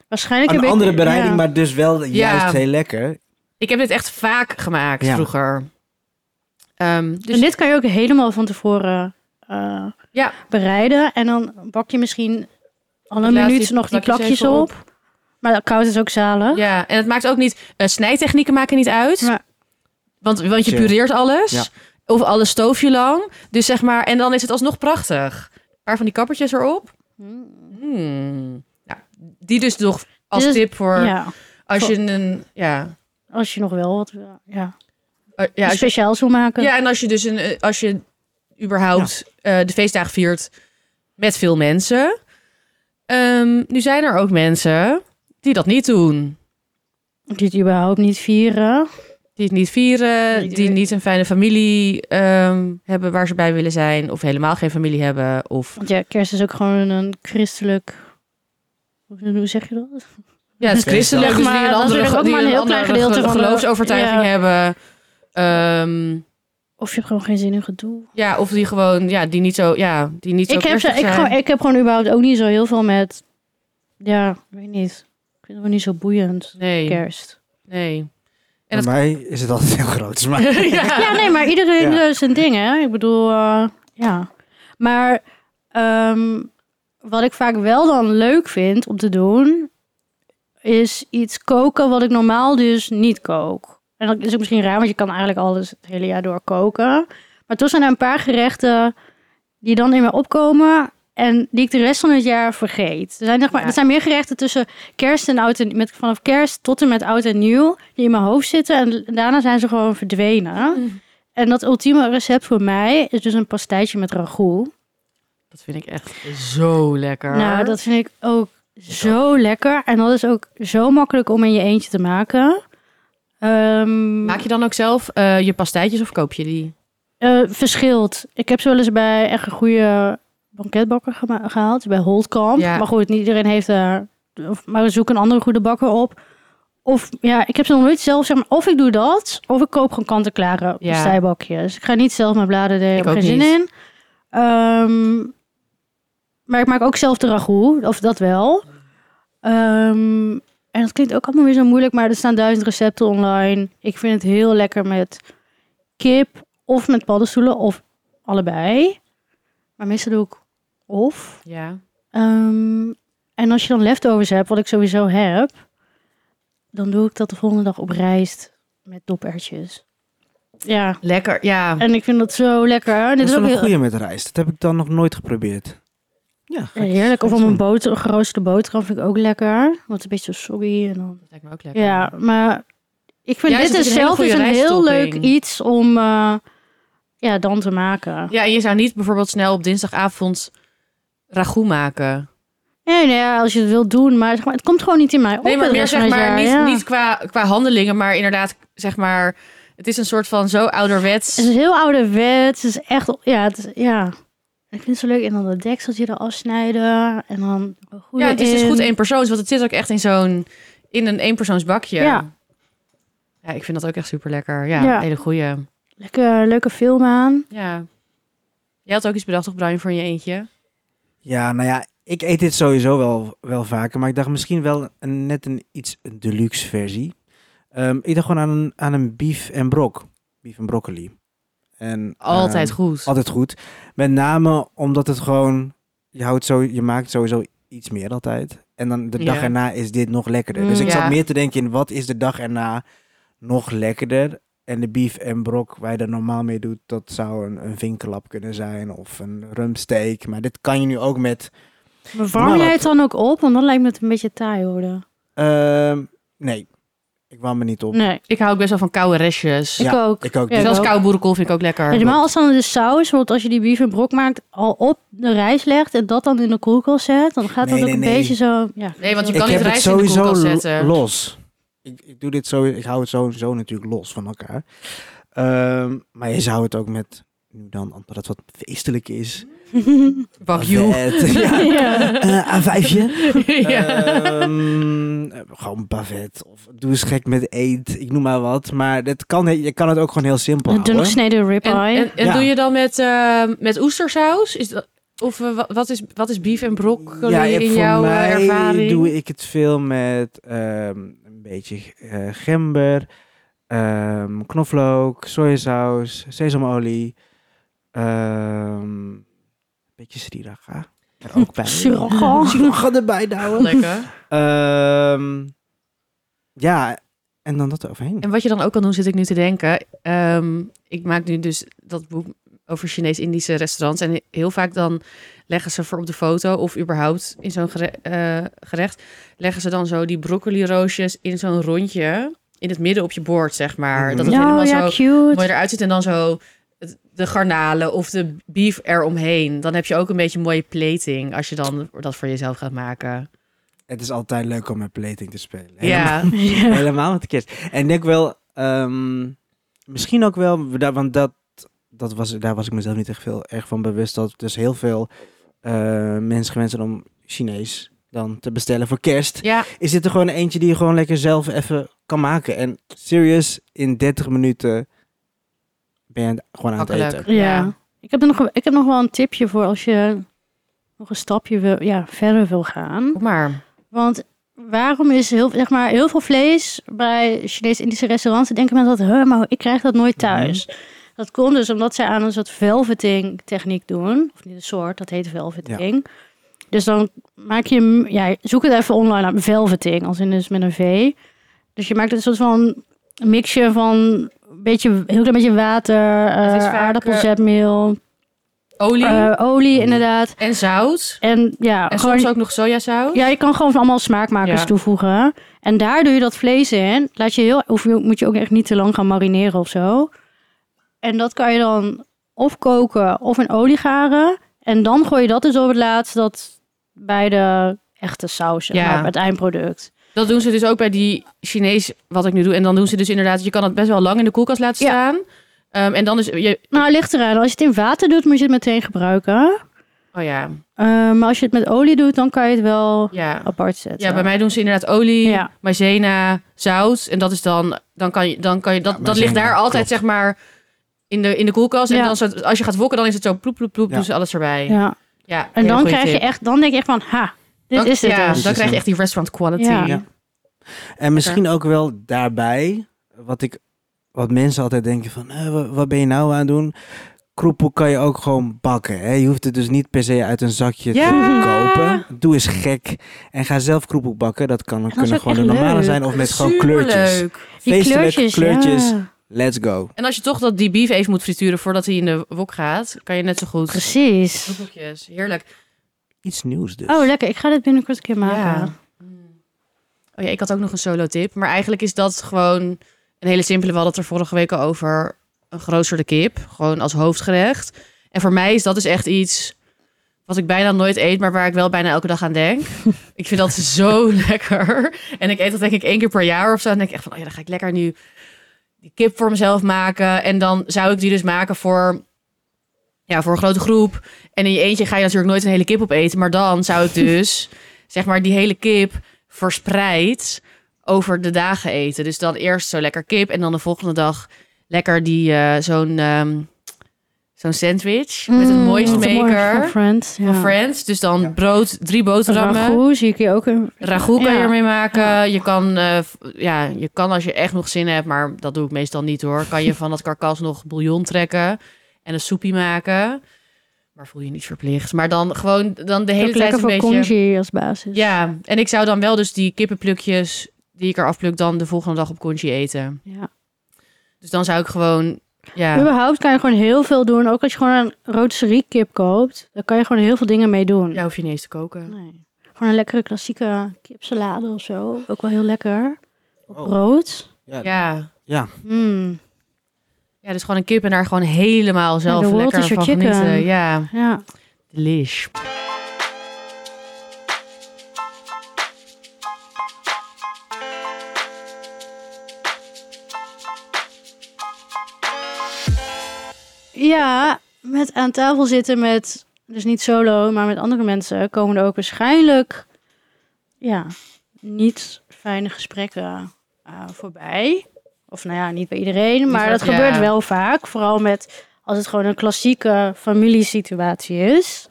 A: Waarschijnlijk
C: een
A: heb ik-
C: andere bereiding,
A: ja.
C: maar dus wel juist heel lekker.
B: Ik heb dit echt vaak gemaakt
C: Ja.
B: vroeger. Ehm, dus
A: En dit kan je ook helemaal van tevoren eh,
B: Ja.
A: bereiden. En dan bak je misschien al
B: Ik
A: een
B: laat
A: minuut
B: die
A: nog die
B: plakjes
A: plakjes
B: even
A: op. Maar koud is ook zalig.
B: Ja, en het maakt ook niet... eh, snijtechnieken maken niet uit.
A: Ja.
B: Want, want je
C: Chill.
B: pureert alles.
C: Ja.
B: Of alles stoof je lang. Dus zeg maar... En dan is het alsnog prachtig. Een paar van die kappertjes erop. Hmm. Nou, die dus nog als
A: Dus-
B: tip voor...
A: Ja,
B: Als
A: voor-
B: je een... Ja.
A: als je nog wel wat wil- ja.
B: Eh, ja, als je-
A: speciaals wil maken.
B: ja, en als je dus een... eh, Als je überhaupt eh, de feestdagen viert met veel mensen. Ehm, nu zijn er ook mensen die dat niet doen.
A: Die het überhaupt niet vieren.
B: die het niet vieren,
A: Niet
B: die
A: doen.
B: niet een fijne familie ehm, hebben waar ze bij willen zijn, of helemaal geen familie hebben, of
A: Want ja, kerst is ook gewoon een christelijk... Hoe zeg je dat?
B: ja, het is
C: Feestdag.
B: christelijk, dus
A: Maar
B: die een
A: dat is
B: andere,
A: natuurlijk ook
B: die
A: maar
B: een
A: een heel
B: andere
A: klein gedeelte
B: gelo-
A: van de-
B: geloofsovertuiging
A: ja.
B: hebben, Ehm,
A: Of je hebt gewoon geen zin in gedoe.
B: ja, of die gewoon, ja, die niet zo, ja, die niet zo
A: ik heb, ze-
B: kerstig
A: ik,
B: zijn.
A: gewoon, ik heb gewoon überhaupt ook niet zo heel veel met... Ja, ik weet niet. Ik vind het wel niet zo boeiend.
B: nee,
A: Kerst.
B: nee, En
C: Voor mij is het altijd heel groot. dus Maar
A: Ja, nee, maar iedereen
C: Ja.
A: eh, zijn ding, hè. Ik bedoel, eh, ja. Maar ehm, wat ik vaak wel dan leuk vind om te doen... is iets koken wat ik normaal dus niet kook. En dat is ook misschien raar, want je kan eigenlijk alles het hele jaar door koken. Maar toch zijn er een paar gerechten die dan in me opkomen... En die ik de rest van het jaar vergeet. Er zijn, zeg maar,
B: Ja.
A: er zijn meer gerechten tussen kerst en oud en met, vanaf kerst tot en met oud en nieuw. Die in mijn hoofd zitten. En daarna zijn ze gewoon verdwenen. En dat ultieme recept voor mij is dus een pastijtje met ragout.
B: dat vind ik echt zo lekker.
A: Nou, dat vind ik ook zo lekker. En dat is ook zo makkelijk om in je eentje te maken. Ehm,
B: Maak je dan ook zelf eh, je pastijtjes of koop je die?
A: eh, verschilt. Ik heb ze wel eens bij echt een goede banketbakker gema- gehaald. Bij Holtkamp.
B: Ja.
A: Maar goed, niet iedereen heeft daar... Of, maar zoek een andere goede bakker op. Of ja, ik heb ze nog nooit zelf, zeg maar, of ik doe dat, of ik koop gewoon kant-en-klare
B: Ja.
A: pastijbakjes. Ik ga niet zelf mijn bladeren delen,
B: Ik
A: ik heb
B: ook
A: geen zin
B: niet.
A: in. Ehm, maar ik maak ook zelf de ragout, of dat wel. Ehm, en dat klinkt ook allemaal weer zo moeilijk, maar er staan duizend recepten online. Ik vind het heel lekker met kip, of met paddenstoelen, of allebei. Maar meestal doe ik of.
B: Ja.
A: Ehm, en als je dan leftovers hebt, wat ik sowieso heb, dan doe ik dat de volgende dag op rijst met dopertjes. Ja,
B: Lekker, ja.
A: en ik vind dat zo lekker. En
C: Dat
A: dit is
C: is wel
A: ook
C: een
A: heel,
C: goede met rijst. Dat heb ik dan nog nooit geprobeerd. Ja, ga ik-
A: heerlijk. Of
C: ga
A: op
C: ik
A: een
C: doen.
A: boter, een geroosterde boterham vind ik ook lekker. Want een beetje zo soggy. En dan...
B: Dat lijkt me ook lekker.
A: Ja, maar ik vind
B: Ja, is
A: dit
B: het
A: is
B: een hele
A: zelf dus
B: goede
A: een heel leuk
B: rijsttopping.
A: iets om eh, ja, dan te maken.
B: Ja, en je zou niet bijvoorbeeld snel op dinsdagavond ragout maken.
A: Nee, nee, ja, als je het wilt doen, maar, zeg maar het komt gewoon niet in mij op.
B: Nee, maar
A: het
B: meer
A: rest
B: zeg
A: van het
B: maar,
A: jaar,
B: niet,
A: ja.
B: niet qua, qua handelingen, maar inderdaad, zeg maar, het is een soort van zo ouderwets.
A: Het is heel ouderwets. Het is echt, ja, het is- ja. Ik vind het zo leuk. En dan dat dekseltje eraf snijden. En dan een goede
B: Ja, het is dus
A: in.
B: goed één persoons, want het zit ook echt in zo'n, in een eenpersoonsbakje.
A: Ja.
B: Ja, ik vind dat ook echt super lekker. Ja,
A: Ja.
B: hele goeie.
A: Lekker, leuke film aan.
B: Ja. Jij had ook iets bedacht, toch Brian, voor in je eentje?
C: Ja, nou ja, ik eet dit sowieso wel, wel vaker. Maar ik dacht misschien wel een, net een iets deluxe versie. Ehm, ik dacht gewoon aan een, aan een beef en brok. Beef en broccoli. En,
B: Altijd
C: ehm,
B: goed.
C: Altijd goed. Met name omdat het gewoon... Je, houdt zo, je maakt sowieso iets meer altijd. En dan de dag
B: Ja.
C: erna is dit nog lekkerder. dus
A: Mm,
C: ik
B: ja.
C: zat meer te denken in wat is de dag erna nog lekkerder. En de beef en brok waar je er normaal mee doet... dat zou een, een vinkelap kunnen zijn of een rumsteak. Maar dit kan je nu ook met...
A: Maar warm
C: Nou,
A: jij
C: dat-
A: het dan ook op? Want dan lijkt me het een beetje taai worden.
C: ehm, nee, ik warm me niet op.
A: Nee,
B: Ik hou ook best wel van koude restjes.
A: ik
C: Ja,
A: ook.
C: Ik ook
A: Ja,
C: niet.
A: dat-
B: Zelfs
A: ook.
B: koude boerenkool vind ik ook lekker.
A: Helemaal als dan de saus, bijvoorbeeld als je die beef en brok maakt, al op de rijst legt en dat dan in de koelkast zet, dan gaat
C: Nee,
A: dat
C: nee,
A: ook een
C: nee.
A: beetje zo... Ja,
B: Nee, want je
C: Ik
B: kan niet
C: heb het
B: rijst in de
C: sowieso
B: koelkast
C: lo-
B: zetten.
C: los. Ik, ik doe dit zo, ik hou het sowieso natuurlijk los van elkaar. Ehm, maar je zou het ook met, nu dan, omdat het wat feestelijk is.
B: Wagyu.
C: Bavet, ja.
A: Ja. Eh,
C: Eh, een vijfje.
B: ja.
C: Ehm, eh, gewoon bavet. Of doe eens gek met eet. Ik noem maar wat. Maar dat kan, je kan het ook gewoon heel simpel
A: Een dun
C: houden.
A: gesneden ribeye.
B: En, en, en
C: Ja.
B: doe je dan met, eh, met oestersaus? Is dat, of eh, wa- wat, is, wat is beef en broccoli
C: Ja,
B: in
C: voor
B: jouw eh,
C: mij
B: ervaring?
C: doe ik het veel met ehm, een beetje eh, gember, ehm, knoflook, sojasaus, sesamolie, ehm, een beetje sriracha er ook bij.
A: Sriracha.
C: Sriracha erbij douwen.
B: Lekker.
C: Ehm, ja, en dan dat eroverheen.
B: En wat je dan ook kan doen, zit ik nu te denken. Ehm, ik maak nu dus dat boek over Chinees-Indische restaurants. En heel vaak dan leggen ze voor op de foto of überhaupt in zo'n gere- eh, gerecht... leggen ze dan zo die broccoli-roosjes in zo'n rondje in het midden op je bord, zeg maar.
C: Mhm.
B: Dat het
A: Ja,
B: helemaal
A: ja,
B: zo
A: cute.
B: mooi eruit ziet. En dan zo het- de garnalen of de beef eromheen. Dan heb je ook een beetje mooie plating als je dan dat voor jezelf gaat maken.
C: Het is altijd leuk om met plating te spelen.
B: Ja,
A: Ja.
C: Helemaal met de kerst. En ik denk wel, ehm, misschien ook wel, da- want dat, dat was, daar was ik mezelf niet echt veel erg van bewust. Dat dus heel veel eh, mensen gewend zijn om Chinees dan te bestellen voor kerst.
B: ja,
C: Is dit er gewoon eentje die je gewoon lekker zelf even kan maken? En serious, in 30 minuten ben je aan- gewoon aan het
B: makkelijk.
C: eten.
A: Ja. Ik, heb nog, ik heb nog wel een tipje voor als je nog een stapje wil, ja, verder wil gaan.
B: Kom maar.
A: Want waarom is heel, zeg maar, heel veel vlees bij Chinees-Indische restaurants? Ze denken men dat, "Huh, maar ik krijg dat nooit thuis. Dat komt dus omdat zij aan een soort velveting techniek doen. Of niet een soort, dat heet velveting. Dus dan maak je, hem- ja, zoek het even online naar velveting, als in dus met een V. Dus je maakt een soort van mixje van een beetje, heel klein beetje water,
B: is
A: eh
B: vaak,
A: aardappelzetmeel,
B: Olie
A: eh, olie inderdaad.
B: en zout.
A: En ja,
B: En
A: gewoon
B: soms ook nog sojasaus.
A: ja, je kan gewoon van allemaal smaakmakers
B: Oh. Ja.
A: toevoegen. En daar doe je dat vlees in. Laat je heel, hoef je, moet je ook echt niet te lang gaan marineren of zo. En dat kan je dan of koken of in olie garen. En dan gooi je dat dus op het laatst dat bij de echte saus, zeg
B: Ja.
A: maar, bij het eindproduct.
B: Dat doen ze dus ook bij die Chinees, wat ik nu doe. En dan doen ze dus inderdaad, je kan het best wel lang in de koelkast laten
A: Ja.
B: staan. Ehm, en dan is je.
A: Nou, ligt eraan. Als je het in water doet, moet je het meteen gebruiken.
B: Oh ja,
A: Eh, maar als je het met olie doet, dan kan je het wel
B: ja.
A: apart zetten.
B: Ja, bij mij doen ze inderdaad olie,
A: Ja.
B: maizena, zout. En dat is dan, dan kan je, dan kan je, dat,
C: Ja,
B: dat
C: maizena,
B: ligt daar altijd,
C: klopt.
B: zeg maar, in de, in de koelkast. En
A: Ja.
B: dan, zo- als je gaat wokken, dan is het zo ploep, ploep, ploep,
C: Ja.
B: doen ze alles erbij. Ja,
A: Ja. En
B: hele
A: dan
B: goede
A: krijg je
B: tip.
A: echt, dan denk je echt van, ha, dit
B: Dan-
A: is het
B: ja,
A: dus.
B: dan krijg je echt die restaurant quality.
A: Ja.
C: Ja. En misschien ook wel daarbij, wat, ik, wat mensen altijd denken van, eh, wa- wat ben je nou aan het doen? Kroepel kan je ook gewoon bakken. Hè? Je hoeft het dus niet per se uit een zakje
B: Ja.
C: te kopen. Doe eens gek en ga zelf kroepel bakken. Dat kan,
A: is
C: kunnen
A: ook
C: gewoon de
A: echt
C: normale
A: leuk.
C: zijn of met gewoon
B: Superleuk.
C: kleurtjes.
A: Die
C: Feestelijk,
A: kleurtjes,
C: kleurtjes.
A: ja.
C: Let's go.
B: En als je toch dat die beef even moet frituren voordat hij in de wok gaat, kan je net zo goed.
A: Precies.
B: Doedeltjes, Heerlijk.
C: Iets nieuws dus.
A: Oh, lekker. Ik ga dit binnenkort een keer maken.
B: Ja. Oh ja, ik had ook nog een solo tip. Maar eigenlijk is dat gewoon een hele simpele. We hadden het er vorige week al over. Een geroosterde kip. Gewoon als hoofdgerecht. En voor mij is dat dus echt iets wat ik bijna nooit eet. Maar waar ik wel bijna elke dag aan denk. ik vind dat zo lekker. En ik eet dat denk ik één keer per jaar of zo. En dan denk ik echt van, oh ja, dan ga ik lekker nu die kip voor mezelf maken. En dan zou ik die dus maken voor... Ja, voor een grote groep. En in je eentje ga je natuurlijk nooit een hele kip opeten. Maar dan zou ik dus, zeg maar, die hele kip verspreid over de dagen eten. Dus dan eerst zo lekker kip en dan de volgende dag lekker die eh, zo'n ehm, zo'n sandwich met een
A: Mm,
B: moist
A: wat mooi Van
B: maker
A: Friends. Ja.
B: van Friends. Dus dan brood, drie boterhammen. Ragout,
A: Ragout zie ik hier ook. Een...
B: kan je
A: Ja.
B: ermee maken. Je, kan, eh, v- ja, je kan als je echt nog zin hebt, maar dat doe ik meestal niet hoor. Kan je van dat karkas nog bouillon trekken en een soepie maken. Maar voel je niet verplicht. Maar dan gewoon dan de hele
A: Ook
B: tijd
A: lekker
B: een
A: voor
B: beetje...
A: congee als basis.
B: Ja, en ik zou dan wel dus die kippenplukjes die ik eraf pluk dan de volgende dag op congee eten.
A: Ja.
B: Dus dan zou ik gewoon, ja,
A: Überhaupt kan je gewoon heel veel doen. Ook als je gewoon een rotisserie kip koopt, dan kan je gewoon heel veel dingen mee doen.
B: ja hoef je niet eens te koken.
A: Nee. Gewoon een lekkere klassieke kipsalade of zo. Ook wel heel lekker. Op
C: Oh.
A: brood.
C: Ja,
B: Ja.
A: Mm,
B: ja, dus gewoon een kip en daar gewoon helemaal zelf
A: the world
B: lekker
A: is your
B: van
A: chicken.
B: genieten. Ja,
A: ja.
B: delish.
A: Ja, met aan tafel zitten met, dus niet solo, maar met andere mensen, komen er ook waarschijnlijk ja, niet fijne gesprekken eh, voorbij. Of nou ja, niet bij iedereen, maar
B: vaak,
A: dat
B: ja.
A: gebeurt wel vaak. Vooral met als het gewoon een klassieke familiesituatie is.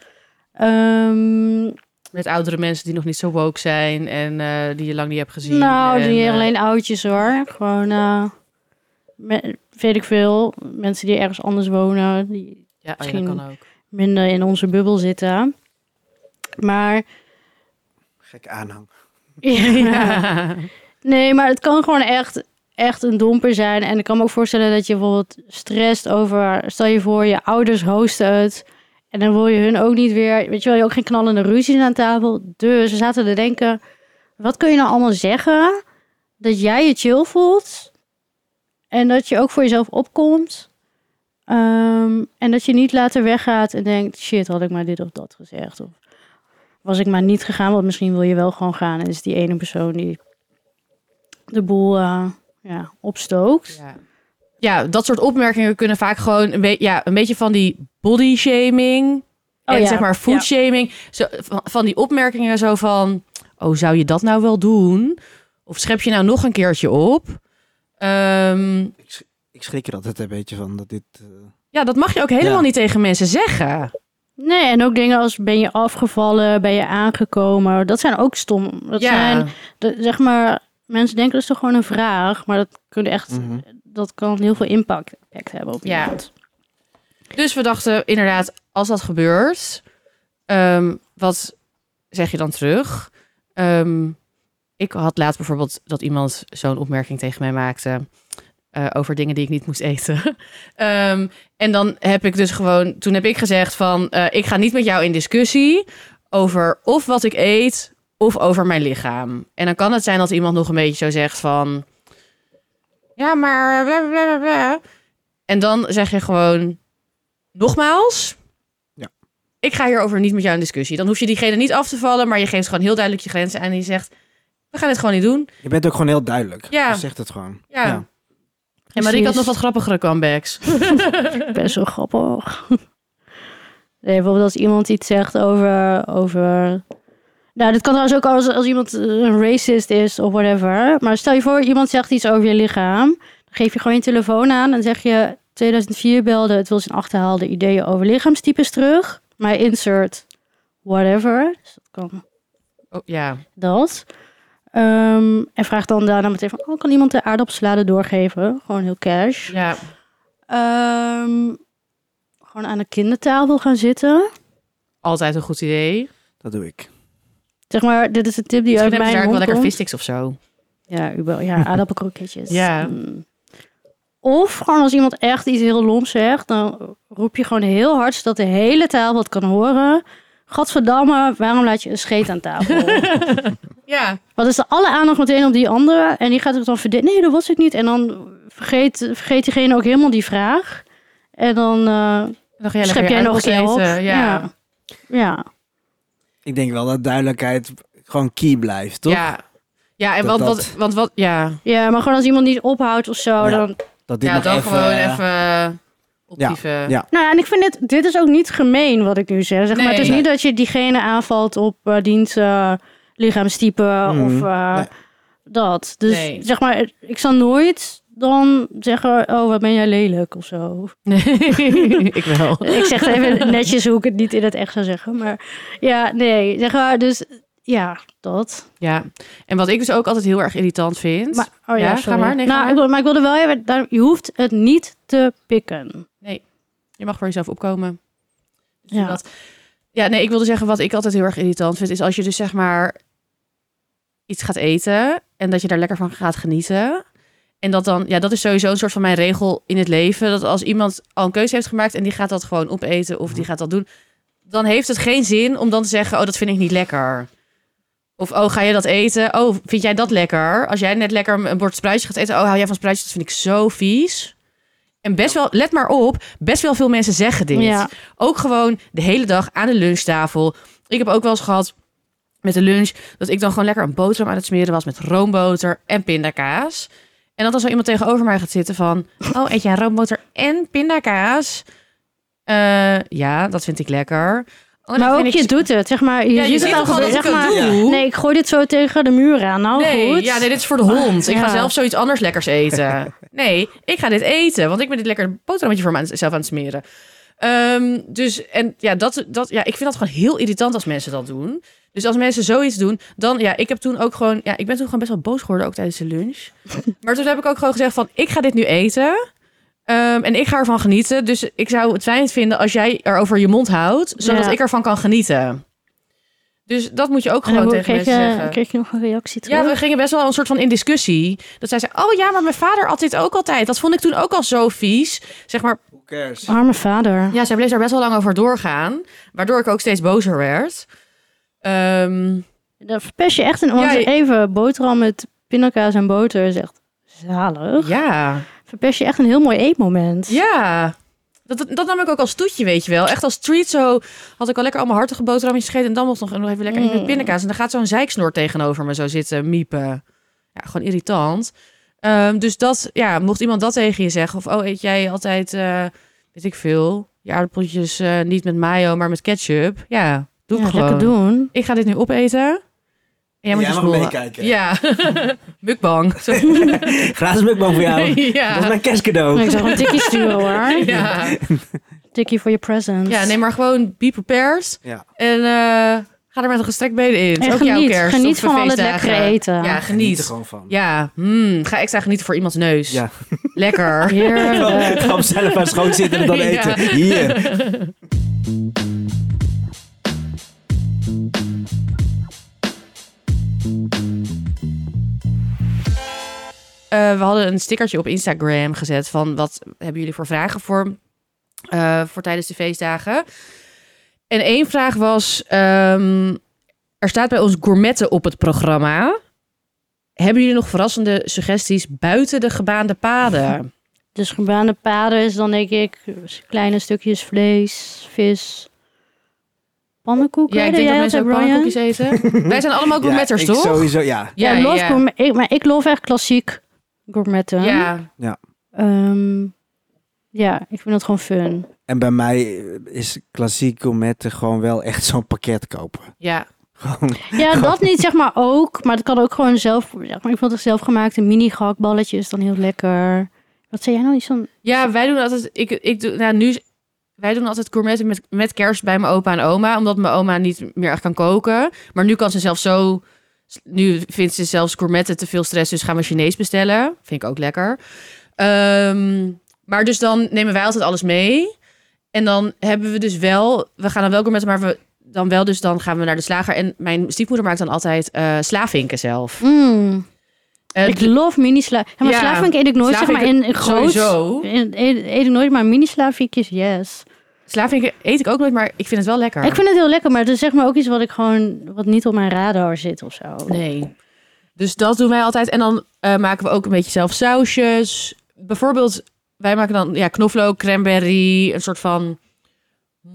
A: Ehm,
B: Met oudere mensen die nog niet zo woke zijn en eh, die je lang niet hebt gezien.
A: nou,
B: en,
A: niet
B: eh,
A: alleen oudjes hoor. Gewoon, eh, me- weet ik veel, mensen die ergens anders wonen, die
B: ja, oh ja,
A: misschien-
B: dat kan ook.
A: minder in onze bubbel zitten. Maar
C: Gek aanhang.
B: Ja.
A: nee, maar het kan gewoon echt, echt een domper zijn. En ik kan me ook voorstellen dat je bijvoorbeeld stresst over. Stel je voor, je ouders hosten het. En dan wil je hun ook niet weer. Weet je wel, je ook geen knallende ruzies aan tafel. Dus we zaten te denken: wat kun je nou allemaal zeggen dat jij je chill voelt? En dat je ook voor jezelf opkomt. Ehm, en dat je niet later weggaat en denkt: shit, had ik maar dit of dat gezegd. Of was ik maar niet gegaan, want misschien wil je wel gewoon gaan. En is die ene persoon die de boel eh, ja, opstookt.
B: Ja. ja, dat soort opmerkingen kunnen vaak gewoon een, be- ja, een beetje van die body shaming.
A: Oh
B: en
A: ja,
B: zeg maar food shaming. Zo, van, van die opmerkingen zo van... Oh, zou je dat nou wel doen? Of schep je nou nog een keertje op? Ehm,
C: Ik schrik er altijd een beetje van dat dit... eh,
B: ja, dat mag je ook helemaal
C: Ja.
B: niet tegen mensen zeggen.
A: Nee, en ook dingen als ben je afgevallen, ben je aangekomen. Dat zijn ook stom. Dat
B: ja.
A: zijn, de- zeg maar, mensen denken dat is toch gewoon een vraag. Maar dat, kunnen echt,
C: mhm.
A: dat kan heel veel impact, impact hebben op
B: Mm. Ja.
A: iemand.
B: Dus we dachten inderdaad, als dat gebeurt... ehm, wat zeg je dan terug? Ehm, ik had laatst bijvoorbeeld dat iemand zo'n opmerking tegen mij maakte... eh, over dingen die ik niet moest eten. Ehm, en dan heb ik dus gewoon... Toen heb ik gezegd van... eh, ik ga niet met jou in discussie over of wat ik eet... of over mijn lichaam. En dan kan het zijn dat iemand nog een beetje zo zegt van... Ja, maar... bla, bla, bla, bla." En dan zeg je gewoon... Nogmaals...
C: Ja.
B: Ik ga hierover niet met jou in discussie. Dan hoef je diegene niet af te vallen... maar je geeft gewoon heel duidelijk je grenzen aan... en je zegt... we gaan dit gewoon niet doen.
C: Je bent ook gewoon heel duidelijk.
B: Ja.
C: Je zegt het gewoon.
B: Ja.
C: Ja.
B: En Marieke had nog
A: Precies.
B: wat grappigere comebacks.
A: Best wel grappig. Nee, bijvoorbeeld als iemand iets zegt over... over... Nou, dit kan trouwens ook als, als iemand eh, een racist is of whatever. Maar stel je voor, iemand zegt iets over je lichaam. Dan geef je gewoon je telefoon aan en zeg je... 2004 belde, het wil zijn achterhaalde ideeën over lichaamstypes terug. Maar insert whatever. Dus dat kan
B: Oh, ja.
A: dat. Ehm, en vraag dan daarna meteen van... Oh, kan iemand de aardappelsalade doorgeven? Gewoon heel cash.
B: ja.
A: Ehm, gewoon aan de kindertafel gaan zitten.
B: Altijd een goed idee.
C: Dat doe ik.
A: Zeg maar, dit is een tip die
B: Misschien
A: uit
B: hebben
A: mijn
B: ze daar ook
A: mond
B: wel lekker
A: komt.
B: vissticks of zo.
A: Ja, uber, ja aardappelkroketjes.
B: Ja.
A: Mm. Of gewoon als iemand echt iets heel loms zegt, dan roep je gewoon heel hard zodat de hele tafel het kan horen. Gadverdamme, waarom laat je een scheet aan tafel?
B: Ja.
A: Wat is de alle aandacht meteen op die andere? En die gaat het dan verdedigen. Nee, dat was ik niet. En dan vergeet, vergeet diegene ook helemaal die vraag. En dan eh
B: Dan ga jij
A: schep
B: lekker
A: jij
B: je
A: nog
B: aardappels
A: zelf.
B: eten. Ja.
A: ja. Ja.
C: Ik denk wel dat duidelijkheid gewoon key blijft, toch?
B: Ja, ja en
C: Dat
B: want, wat,
C: dat-
B: want wat, ja,
A: Ja, maar gewoon als iemand niet ophoudt of zo,
C: Ja.
A: dan...
C: Dat dit
B: ja
C: nog
B: dan
C: even,
B: gewoon
C: eh,
B: even optieven.
C: ja.
A: Nou ja, en ik vind dit... Dit is ook niet gemeen wat ik nu zeg. zeg maar het is
B: Nee.
A: niet dat je diegene aanvalt op eh diens eh, lichaamstype
C: Mhm.
A: of eh,
C: Nee.
A: dat. Dus
B: Nee.
A: zeg maar, ik zal nooit dan zeggen... Oh, wat ben jij lelijk of zo.
B: Nee, ik wel.
A: Ik zeg het even netjes hoe ik het niet in het echt zou zeggen. Maar ja, nee. Zeg maar, dus ja, dat.
B: Ja, en wat ik dus ook altijd heel erg irritant vind.
A: Maar, oh ja,
B: Ja, ga
A: sorry.
B: maar, nee, ga
A: nou,
B: maar.
A: Ik wil, maar ik wilde wel even... daar- Je hoeft het niet te
B: Dus
A: pikken.
B: je mag voor jezelf opkomen. Dus
A: Ja.
B: dat- ja, nee, ik wilde zeggen wat ik altijd heel erg irritant vind is als je dus zeg maar iets gaat eten en dat je daar lekker van gaat genieten. En dat dan, ja, dat is sowieso een soort van mijn regel in het leven. Dat als iemand al een keuze heeft gemaakt en die gaat dat gewoon opeten of die gaat dat doen, dan heeft het geen zin om dan te zeggen, oh, dat vind ik niet lekker. Of, oh, ga je dat eten? Oh, vind jij dat lekker? Als jij net lekker een bord spruitje gaat eten, oh, hou jij van spruitjes? Dat vind ik zo vies. En best wel, let maar op, best wel veel mensen zeggen dit.
A: Ja.
B: Ook gewoon de hele dag aan de lunchtafel. Ik heb ook wel eens gehad met de lunch dat ik dan gewoon lekker een boterham aan het smeren was met roomboter en pindakaas. En dat dan zo iemand tegenover mij gaat zitten van... Oh, eet jij roomboter en pindakaas? Eh, ja, dat vind ik lekker. Oh, dat
A: maar ook
B: vind ik
A: je doet het, zeg maar. Je
B: Ja, je
A: ziet
B: ziet
A: het al
B: toch gewoon
A: gebeuren.
B: dat
A: Zeg
B: ik
A: maar,
B: het doe?
A: Nee, ik gooi dit zo tegen de muur aan. Nou
B: nee,
A: goed.
B: Ja, nee, dit is voor de hond. Ik
A: Ja.
B: ga zelf zoiets anders lekkers eten. Nee, ik ga dit eten, want ik ben dit lekker boterhammetje voor mezelf aan het smeren. Ehm, dus en ja, dat, dat, ja, ik vind dat gewoon heel irritant als mensen dat doen. Dus als mensen zoiets doen, dan ja, ik heb toen ook gewoon, ja, ik ben toen gewoon best wel boos geworden ook tijdens de lunch. Maar toen heb ik ook gewoon gezegd van, ik ga dit nu eten. ehm, en ik ga ervan genieten. Dus ik zou het fijn vinden als jij erover je mond houdt. Zodat
A: Ja.
B: ik ervan kan genieten. Dus dat moet je ook
A: En dan
B: gewoon tegen
A: kreeg
B: mensen
A: je,
B: zeggen.
A: kreeg je nog een reactie terug.
B: Ja, we gingen best wel een soort van in discussie. Dat zij zei, oh ja, maar mijn vader had dit ook altijd. Dat vond ik toen ook al zo vies. Zeg maar,
C: Who cares?
A: Arme vader.
B: ja, zij bleef daar best wel lang over doorgaan. Waardoor ik ook steeds bozer werd. Ehm,
A: Dan verpest je echt een... Want
B: Ja, je-
A: even, boterham met pindakaas en boter is echt zalig.
B: ja,
A: Verpest je echt een heel mooi eetmoment.
B: ja. Dat, dat, dat nam ik ook als toetje, weet je wel. Echt als treat zo had ik al lekker allemaal hartige boterhammetjes gegeten. En dan mocht nog, nog even lekker iets met
A: Mm.
B: pindakaas. En dan gaat zo'n zeiksnor tegenover me zo zitten miepen. Ja, gewoon irritant. Ehm, dus dat, ja, mocht iemand dat tegen je zeggen. Of, oh, eet jij altijd, eh, weet ik veel, je aardappeltjes eh, niet met mayo, maar met ketchup. Ja, doe ik
A: Ja,
B: gewoon.
A: lekker doen.
B: Ik ga dit nu opeten. En jij moet
C: Jij
B: je
C: mag
B: smoren.
C: meekijken.
B: Ja, mukbang. Zo.
C: Gratis mukbang voor jou. Dat is
B: ja.
C: mijn kerstcadeau.
A: Nou, Ik zou een tikkie sturen hoor.
B: ja.
A: Tikkie voor je presents.
B: Ja, nee, maar gewoon be prepared.
C: Ja.
B: En eh, ga er met een gestrekt been in.
A: En
B: Ook jouw
A: geniet.
B: kerst
A: Geniet
B: of
A: van al het
B: feestdagen.
A: lekkere eten.
B: Ja,
C: Geniet er
B: geniet.
C: gewoon van.
B: Ja, mm, ga extra genieten voor iemands neus.
C: Ja.
B: Lekker.
A: Heerlijk.
C: Ga hem zelf aan schoon zitten en dan
B: Ja.
C: eten. Hier.
B: Eh, we hadden een stickertje op Instagram gezet van wat hebben jullie voor vragen voor, eh, voor tijdens de feestdagen. En één vraag was, ehm, er staat bij ons gourmetten op het programma. Hebben jullie nog verrassende suggesties buiten de gebaande paden?
A: Dus gebaande paden is dan denk ik kleine stukjes vlees, vis, Pannenkoeken?
B: Ja, ik
A: Deed
B: denk dat
A: jij
B: mensen ook
A: altijd, Brian?
B: pannenkoekjes eten. Wij zijn allemaal gourmetters,
C: ik
B: toch?
C: Sowieso, ja.
A: Ja,
B: Ja,
A: love
B: ja.
A: gourmet- ik, maar ik love echt klassiek gourmetten.
B: Ja,
A: Ehm, ja, ik vind dat gewoon fun.
C: En bij mij eh, is klassiek gourmetten gewoon wel echt zo'n pakket kopen.
B: ja.
C: Gewoon,
A: Ja, dat niet zeg maar ook. Maar dat kan ook gewoon zelf. Zeg maar, ik vond het zelfgemaakte mini gehaktballetje is dan heel lekker. Wat zei jij nou? Iets van...
B: Ja, wij doen altijd. Ik, ik doe, nou, nu, is- wij doen altijd gourmetten met, met kerst bij mijn opa en oma. Omdat mijn oma niet meer echt kan koken. Maar nu kan ze zelf zo. Nu vindt ze zelfs gourmetten te veel stress. Dus gaan we Chinees bestellen. Vind ik ook lekker. Ehm, maar dus dan nemen wij altijd alles mee. En dan hebben we dus wel. We gaan dan wel gourmetten, maar we. Dan wel, dus dan gaan we naar de slager. En mijn stiefmoeder maakt dan altijd eh slavinken zelf.
A: Mm,
B: Eh,
A: ik love mini sla. Ja, maar
B: ja,
A: slavink eet ik nooit, zeg maar in, in groot.
B: Sowieso.
A: In- Eet, eet ik nooit, maar mini slaviekjes, yes.
B: Slavinken eet ik ook nooit, maar ik vind het wel lekker.
A: Ik vind het heel lekker, maar het is zeg maar ook iets wat ik gewoon wat niet op mijn radar zit of zo.
B: Nee. Dus dat doen wij altijd. En dan eh, maken we ook een beetje zelf sausjes. Bijvoorbeeld, wij maken dan ja, knoflook, cranberry, een soort van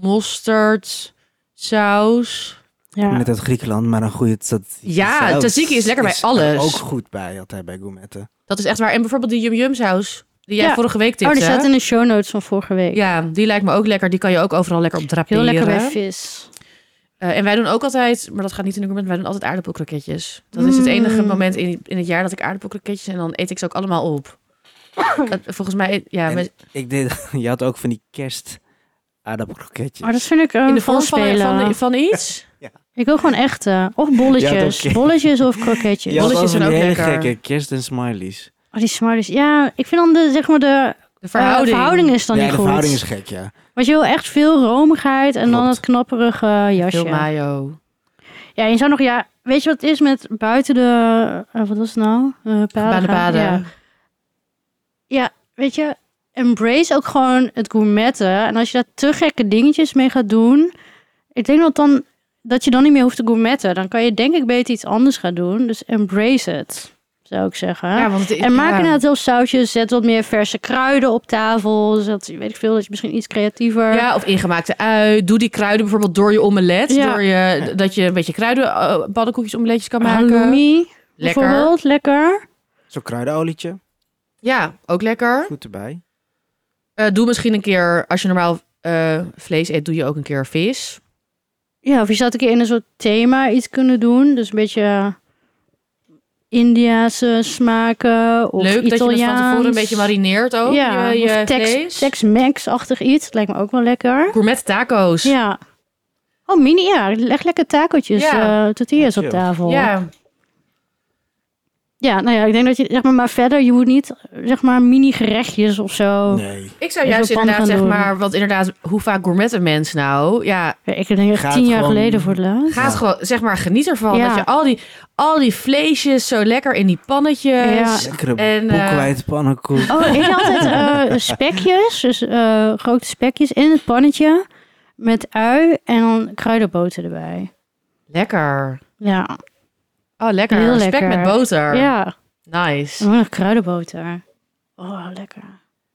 B: mosterd, saus.
A: Ja.
C: Net uit Griekenland, maar een goede tzatziki.
B: Ja,
C: saus
B: tzatziki is lekker bij
C: er
B: alles.
C: ook goed bij, altijd bij gourmetten.
B: Dat is echt waar. En bijvoorbeeld die yum-yum saus, die jij
A: Ja.
B: vorige week
A: Oh,
B: tipte.
A: die staat in de show notes van vorige week.
B: Ja, die lijkt me ook lekker. Die kan je ook overal lekker op
A: heel
B: draperen.
A: lekker bij vis.
B: Eh, en wij doen ook altijd, maar dat gaat niet in de moment, wij doen altijd aardappelkroketjes. Dat is het
A: Mm.
B: enige moment in, in het jaar dat ik aardappelkroketjes en dan eet ik ze ook allemaal op. Dat- volgens mij, ja,
C: En
B: met-
C: Ik deed, je had ook van die kerst aardappelkroketjes.
A: Maar dat vind ik eh,
B: in
A: een
B: de vorm van,
A: voorspelen.
B: van, van iets.
A: Ik wil gewoon echte. Of bolletjes.
C: Ja, oké.
A: Bolletjes of kroketjes.
C: Ja,
B: Bolletjes zijn
C: dat zijn ook
B: ook
C: hele
B: lekker.
C: gekke kerst en smileys.
A: Oh, die smarties. Ja, ik vind dan de, zeg maar Eh, de
B: De verhouding.
A: verhouding, verhouding is dan
C: ja,
A: niet
C: de
A: goed.
C: verhouding is gek, ja.
A: Want je wil echt veel romigheid en dan
C: Klopt.
A: het knapperige
B: Veel
A: jasje.
B: mayo.
A: Ja, je zou nog, ja, weet je wat het is met buiten de, eh, wat was het nou? Eh paden
B: Baden
A: gaan.
B: baden.
A: Ja.
B: Ja.
A: Weet je, embrace ook gewoon het gourmetten. En als je daar te gekke dingetjes mee gaat doen, ik denk dat dan, dat je dan niet meer hoeft te gourmetten. Dan kan je denk ik beter iets anders gaan doen. Dus embrace het, zou ik zeggen.
B: want het,
A: En maak
B: ja.
A: inderdaad heel sausjes. Zet wat meer verse kruiden op tafel. Zet, weet ik veel, dat je misschien iets creatiever...
B: Ja, of ingemaakte ui. Doe die kruiden bijvoorbeeld door je omelet.
A: Ja.
B: Door je, dat je een beetje kruiden, eh, baddenkoekjes, omeletjes kan maken.
A: halloumi
B: Lekker.
A: bijvoorbeeld. Lekker.
C: Zo'n kruidenolietje,
B: Ja, ook lekker.
C: goed erbij.
B: Eh, doe misschien een keer, als je normaal eh, vlees eet, doe je ook een keer vis.
A: Ja, of je zou een keer in een soort thema iets kunnen doen. Dus een beetje Indiase smaken. Of
B: Leuk dat je dat van
A: Italiaans.
B: tevoren een beetje marineert ook.
A: Ja,
B: je, je
A: of Tex-
B: vlees.
A: Tex-Mex-achtig iets. Dat lijkt me ook wel lekker.
B: Gourmet taco's.
A: Ja. Oh, mini, ja. Leg lekker tacootjes,
B: Ja.
A: eh tortillas
C: Ja,
A: op
C: chill.
A: tafel.
B: Ja.
A: Ja, nou ja, ik denk dat je, zeg maar, maar verder, je moet niet, zeg maar, mini gerechtjes of
B: Oh.
A: zo.
C: Nee.
B: Ik zou
A: Even
B: juist
A: pan
B: inderdaad,
A: gaan
B: zeg
A: doen.
B: maar, want inderdaad, hoe vaak gourmet een mens nou? Ja,
A: Ja, ik denk echt
C: Ga
A: tien
C: het
A: jaar
C: gewoon-
A: geleden voor de laatst.
B: Gaat
C: Ja.
B: gewoon, zeg maar, geniet ervan.
A: Ja.
B: Dat je al die, al die vleesjes zo lekker in die
A: Ja.
B: pannetjes.
C: Lekkere
B: En, eh,
C: boekwijdpannenkoek.
A: Oh, ik had altijd eh, spekjes, dus eh, grote spekjes in het pannetje met ui en dan kruidenboter erbij.
B: Lekker.
A: Ja,
B: Oh, lekker.
A: Heel
B: Spek
A: lekker.
B: met boter.
A: ja. Mm. En
B: Nice.
A: dan nog kruidenboter. Oh, lekker.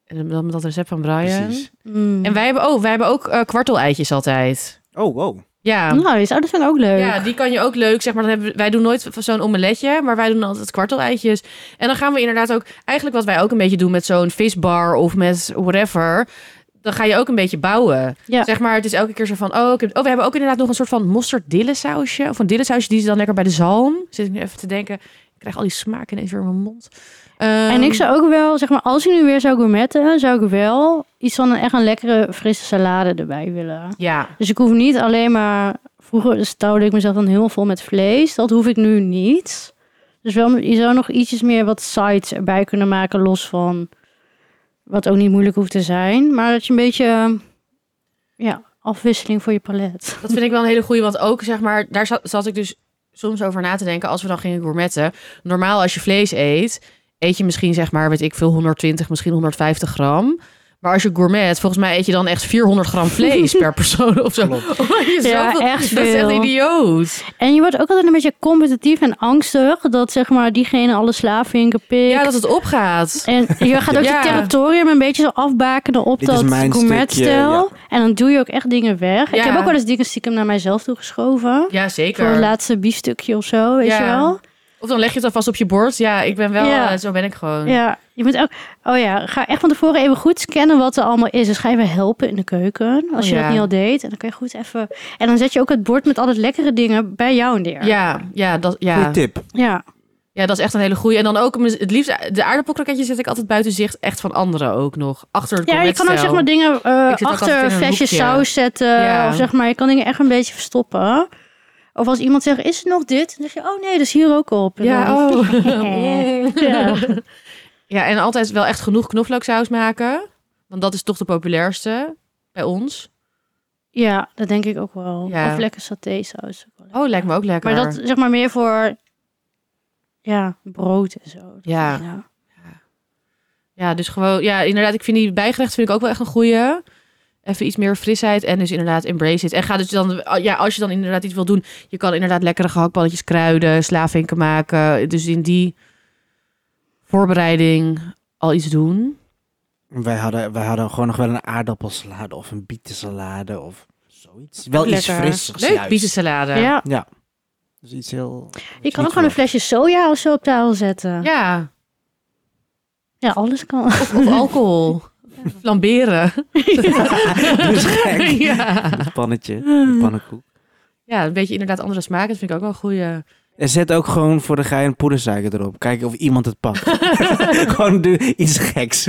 B: En dan met dat recept van Brian.
C: Precies.
A: Mm.
B: En wij hebben, oh, wij hebben ook eh, kwarteleitjes altijd.
C: Oh, wow.
B: Ja.
A: Nou, die zou- dat vind ik ook leuk.
B: Ja, die kan je ook leuk, zeg maar. Dan hebben, we- wij doen nooit zo'n omeletje, maar wij doen altijd kwarteleitjes. En dan gaan we inderdaad ook, eigenlijk wat wij ook een beetje doen met zo'n visbar of met whatever. Dan ga je ook een beetje bouwen.
A: Ja.
B: Zeg maar, het is elke keer zo van, oh, ik heb- oh, we hebben ook inderdaad nog een soort van mosterdillensausje. Of een dillensausje die ze dan lekker bij de zalm. Zit ik nu even te denken, ik krijg al die smaak ineens weer in mijn mond. Ehm,
A: En ik zou ook wel, zeg maar, als ik nu weer zou gourmetten, zou ik wel iets van een, echt een lekkere frisse salade erbij willen.
B: Ja,
A: Dus ik hoef niet alleen maar. Vroeger stouwde ik mezelf dan heel vol met vlees. Dat hoef ik nu niet. Dus wel, je zou nog ietsjes meer wat sides erbij kunnen maken, los van. Wat ook niet moeilijk hoeft te zijn. Maar dat je een beetje. eh, Ja, afwisseling voor je palet.
B: dat vind ik wel een hele goeie. Want ook, zeg maar, daar zat, zat ik dus soms over na te denken als we dan gingen gourmetten. Normaal als je vlees eet, eet je misschien, zeg maar, weet ik veel, 120, misschien 150 gram. Maar als je gourmet, volgens mij eet je dan echt 400 gram vlees per persoon of zo.
C: Klopt.
B: Omdat je
A: Ja,
B: zoveel-
A: echt
B: Dat is echt
A: veel.
B: idioot.
A: En je wordt ook altijd een beetje competitief en angstig. Dat zeg maar diegene alle slaafvinken pikt.
B: Ja, dat het opgaat.
A: En je gaat ook
B: Ja.
A: je territorium een beetje zo afbakenen op
C: Dit is
A: dat
C: mijn
A: gourmetstijl.
C: stukje,
A: En dan doe je ook echt dingen weg. Ik
B: Ja.
A: heb ook wel eens dingen stiekem naar mijzelf toe geschoven.
B: Ja,
A: Voor het
B: zeker.
A: laatste biefstukje of zo, weet
B: Ja.
A: je wel?
B: Of dan leg je het alvast op je bord. Ja, ik ben wel,
A: Ja.
B: eh, zo ben ik gewoon.
A: Ja, je moet ook... Oh ja, ga echt van tevoren even goed scannen wat er allemaal is. Dus ga even helpen in de keuken, als
B: Oh
A: je
B: ja.
A: dat niet al deed. En dan kan je goed even... En dan zet je ook het bord met al het lekkere dingen bij jou neer.
B: Ja, ja, dat,
C: Goeie
B: ja.
C: tip.
A: ja.
B: ja, dat is echt een hele goeie. En dan ook mis- het liefst, de aardappelkroketjes zet ik altijd buiten zicht. Echt van anderen ook nog. Achter het
A: Ja, je kan ook zeg maar dingen eh,
B: Ik zit ook altijd
A: achter een
B: in een
A: flesje
B: hoekje.
A: saus zetten.
B: Ja.
A: Of zeg maar, je kan dingen echt een beetje verstoppen. Of als iemand zegt, is het nog dit? Dan zeg je, oh nee, dat is hier ook op. En
B: Ja,
A: dan-
B: oh.
A: Ja.
B: Ja, en altijd wel echt genoeg knoflooksaus maken. Want dat is toch de populairste bij ons.
A: Ja, dat denk ik ook wel.
B: Ja.
A: Of lekker satésaus. ook wel lekker.
B: Oh, lijkt me ook lekker.
A: Maar dat zeg maar meer voor ja, brood en zo. Dat
B: Ja.
A: is, ja.
B: Ja, dus gewoon, ja, inderdaad, ik vind die bijgerecht vind ik ook wel echt een goeie. Even iets meer frisheid en dus inderdaad embrace it. En ga dus dan, ja, als je dan inderdaad iets wil doen, je kan inderdaad lekkere gehaktballetjes kruiden, slaafvinken maken. Dus in die voorbereiding al iets doen.
C: Wij hadden, wij hadden gewoon nog wel een aardappelsalade of een bietensalade of zoiets. Wel iets
A: Lekker.
C: frissigs
B: Leuk,
C: juist.
B: biezensalade. Ja.
A: Ja.
C: Ja. Dus iets heel...
A: Je kan ook gewoon een flesje soja of zo op tafel zetten. Ja,
B: ja.
A: alles kan.
B: Of, of alcohol. Flamberen.
C: Dus gek.
B: ja.
C: Een pannetje, een pannenkoek.
B: ja, een beetje inderdaad andere smaken. Dat vind ik ook wel een goeie.
C: En zet ook gewoon voor de gein poedersuiker erop. Kijken of iemand het pakt. gewoon doe iets geks.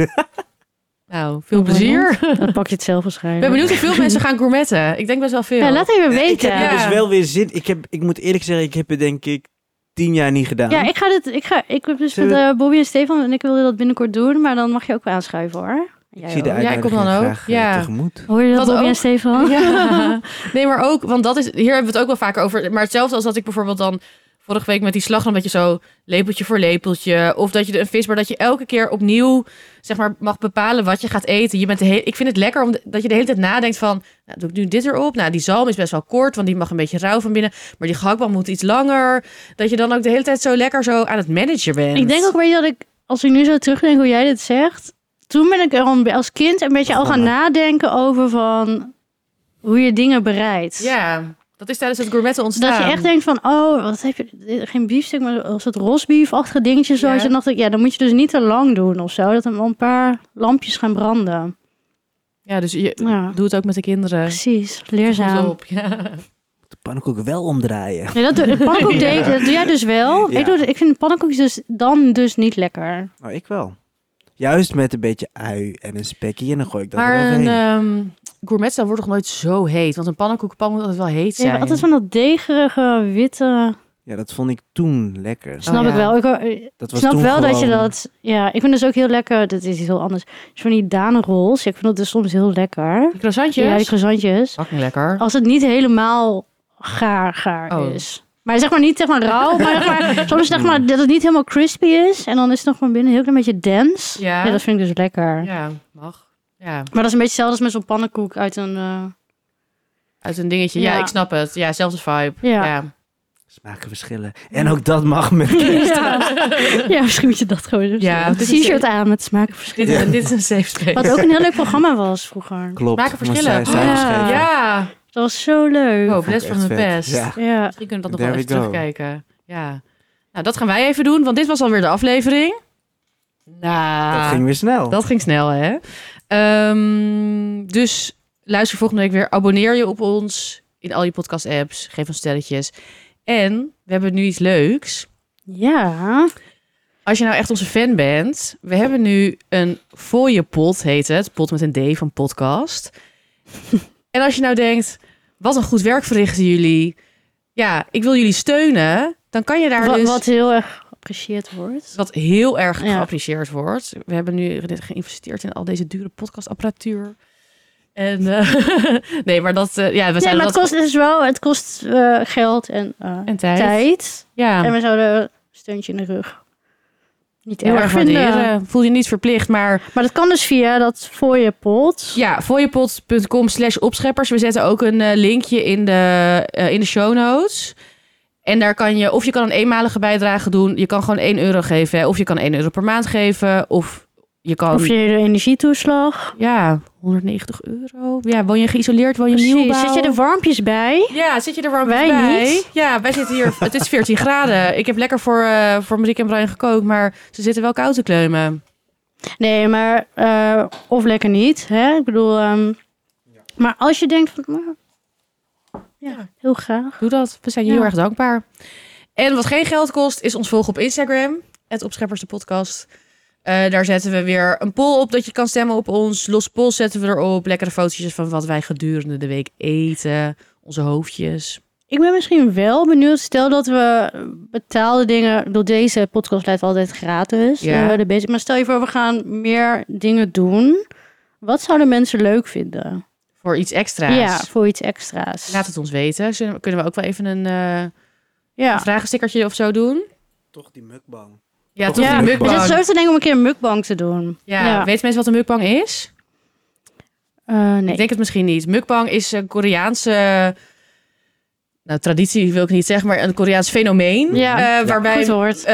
B: Nou, veel
A: Oh,
B: plezier.
A: Dan pak je het zelf
B: Ik
A: waarschijnlijk.
B: ben benieuwd hoeveel mensen gaan gourmetten. Ik denk best wel veel.
A: Ja, laat even
C: Ik
A: weten.
C: heb er
B: Ja.
C: dus wel weer zin. Ik, heb, ik moet eerlijk zeggen, ik heb het denk ik tien jaar niet gedaan.
A: Ja, ik ga dit. Ik, ga, ik heb dus met
C: Zullen we-
A: eh, Bobby en Stefan en ik wilde dat binnenkort doen, maar dan mag je ook wel aanschuiven hoor.
C: Ik
A: Jij
C: zie de
A: ook.
B: Ja, ik kom dan
C: uitnodiging
B: ook.
C: graag, eh,
B: Ja.
C: tegemoet.
A: Hoor je dat,
B: Dat
A: Bobby
B: ook?
A: en Stefan?
B: Ja. Nee, maar ook, want dat is, hier hebben we het ook wel vaker over. Maar hetzelfde als dat ik bijvoorbeeld dan vorige week met die slagroom, dat je zo lepeltje voor lepeltje, of dat je de- een vis, maar dat je elke keer opnieuw, zeg maar, mag bepalen wat je gaat eten. Je bent de hele, ik vind het lekker omdat dat je de hele tijd nadenkt van, nou, doe ik nu dit erop? Nou, die zalm is best wel kort, want die mag een beetje rauw van binnen, maar die gehaktbal moet iets langer. Dat je dan ook de hele tijd zo lekker zo aan het managen bent.
A: Ik denk ook weet je dat ik, als ik nu zo terugdenk hoe jij dit zegt, toen ben ik er al een be- als kind een beetje al gaan
C: Begonnen.
A: nadenken over van hoe je dingen bereidt.
B: Ja, dat is tijdens het gourmetten
A: Dat
B: ontstaan.
A: je echt denkt van, oh, wat heb je, geen biefstuk, maar als het rosbiefachtige dingetje zo.
B: Ja.
A: is, dan dacht ik, ja, dan moet je dus niet te lang doen of zo. Dat er wel een paar lampjes gaan branden.
B: Ja, dus je
A: Ja.
B: doe het ook met de kinderen.
A: Precies,
B: Goed
A: leerzaam.
B: op, ja.
C: De pannenkoek wel omdraaien.
A: Nee, dat doe, de pannenkoek deed, dat doe jij dus wel.
C: Ja.
A: Ik, doe, ik vind pannenkoekjes dus dan dus niet lekker.
C: Nou, ik wel. Juist met een beetje ui en een spekje en dan gooi ik dat
B: Maar
C: eroverheen.
B: een
A: eh,
B: ehm gourmetstel wordt toch nooit zo heet? Want een pannenkoekenpan moet altijd wel
A: Ik
B: heet
A: heb
B: zijn.
A: altijd van dat degerige, witte...
C: Ja, dat vond ik toen lekker.
A: Snap
B: ja.
A: ik wel. Ik, eh,
C: Dat was
A: snap
C: toen
A: wel dat je
C: gewoon-
A: dat... Ja, ik vind dus ook heel lekker... Dat is iets heel anders. Dus van die danenrols. Ja, ik vind dat dus soms heel lekker.
B: Die Oh, croissantjes?
A: Ja, die croissantjes.
B: Fucking lekker.
A: Als het niet helemaal gaar, gaar
B: Oh.
A: is. Maar zeg maar niet zeg maar rauw, maar, zeg maar soms zeg maar dat het niet helemaal crispy is. En dan is het nog maar binnen een heel klein beetje dense.
B: Ja.
A: dat vind ik dus lekker.
B: Ja, mag. Ja,
A: Maar dat is een beetje hetzelfde als met zo'n pannenkoek uit een... eh,
B: uit een dingetje. Ja,
A: Ja.
B: ik snap het. Ja, zelfde vibe.
A: Ja.
C: Smaken verschillen. En ook dat mag met
A: Ja. ja, misschien moet je dat gewoon doen.
B: Ja,
A: Een
B: dit is-
A: t-shirt aan met
B: Dit,
A: smaakverschillen.
B: is, dit is een safe space.
A: Wat ook een heel leuk programma was vroeger.
C: Klopt.
B: Smaken
C: maar
B: verschillen.
C: zij- zij
A: Ah, Ja.
C: beschreven.
B: Ja.
A: Dat was zo leuk.
B: Oh,
C: Vond ik
B: les van
C: echt
B: de
C: vet.
B: best.
C: Ja.
A: Ja,
B: Misschien kunnen we dat nog wel
C: There we
B: even
C: go.
B: terugkijken. Ja. Nou, dat gaan wij even doen, want dit was alweer de aflevering. Nou,
C: Dat
A: Ah.
C: ging weer snel.
B: Dat ging snel, hè? Ehm, dus luister volgende week weer. Abonneer je op ons in al je podcast-apps. Geef ons sterretjes. En we hebben nu iets leuks.
A: ja.
B: Als je nou echt onze fan bent, we hebben nu een fooie pot, heet het. Pot met een D van podcast. en als je nou denkt, wat een goed werk verrichten jullie. Ja, ik wil jullie steunen. Dan kan je daar
A: Wa-
B: dus...
A: Wat heel erg geapprecieerd wordt.
B: Wat heel erg
A: Ja.
B: geapprecieerd wordt. We hebben nu geïnvesteerd in al deze dure podcastapparatuur. En eh, nee, maar dat, eh, ja, we
A: Nee,
B: zijn
A: maar
B: dat
A: het kost dus wel, het kost eh, geld en, eh,
B: en tijd.
A: tijd.
B: Ja,
A: En we zouden een steuntje in de rug. niet
B: heel erg
A: vinden.
B: waarderen. Voel je niet verplicht, maar
A: Maar dat kan dus via dat voor je pot.
B: Ja, fooiepot.com slash opscheppers. We zetten ook een eh, linkje in de, eh, in de show notes. En daar kan je, of je kan een eenmalige bijdrage doen. Je kan gewoon 1 euro geven. hè. Of je kan 1 euro per maand geven. Of je kan,
A: Of je de energietoeslag.
B: ja, 190 euro. Ja, woon je geïsoleerd, woon je
A: Precies.
B: nieuwbouw.
A: Zit je de warmpjes bij?
B: Ja, zit je er warm
A: Wij
B: bij?
A: niet.
B: Ja, wij zitten hier, het is 14 graden. Ik heb lekker voor, eh voor Marieke en Brian gekookt, maar ze zitten wel koud te kleumen.
A: Nee, maar eh, of lekker niet. Hè? Ik bedoel, ehm, maar als je denkt van, nou, ja, heel graag.
B: Doe dat. We zijn je
A: Ja.
B: heel erg dankbaar. En wat geen geld kost, is ons volgen op Instagram. Het Opscheppers de Podcast. Eh, daar zetten we weer een poll op dat je kan stemmen op ons. Los poll zetten we erop. Lekkere fotootjes van wat wij gedurende de week eten. Onze hoofdjes.
A: Ik ben misschien wel benieuwd. Stel dat we betaalde dingen. Ik bedoel, deze podcast blijft altijd gratis.
B: Ja.
A: Ja. bezig. Maar stel je voor, we gaan meer dingen doen. Wat zouden mensen leuk vinden?
B: Voor iets extra's.
A: Ja, voor iets extra's.
B: Laat het ons weten. Zullen we- Kunnen we ook wel even een eh
A: ja.
B: vragenstickertje of zo doen?
C: Toch die mukbang.
B: Ja,
C: Toch
B: toch
A: ja.
B: een
C: een
A: Ik
B: mukbang.
A: zit zo te denken om een keer een mukbang te doen.
B: Ja,
A: Ja.
B: Weet mensen wat een mukbang is?
A: Eh, nee.
B: Ik denk het misschien niet. Mukbang is een Koreaanse... Nou, traditie wil ik niet zeggen, maar een Koreaans fenomeen.
A: Ja.
B: eh,
A: Ja.
B: waarbij,
A: Goed woord.
B: eh,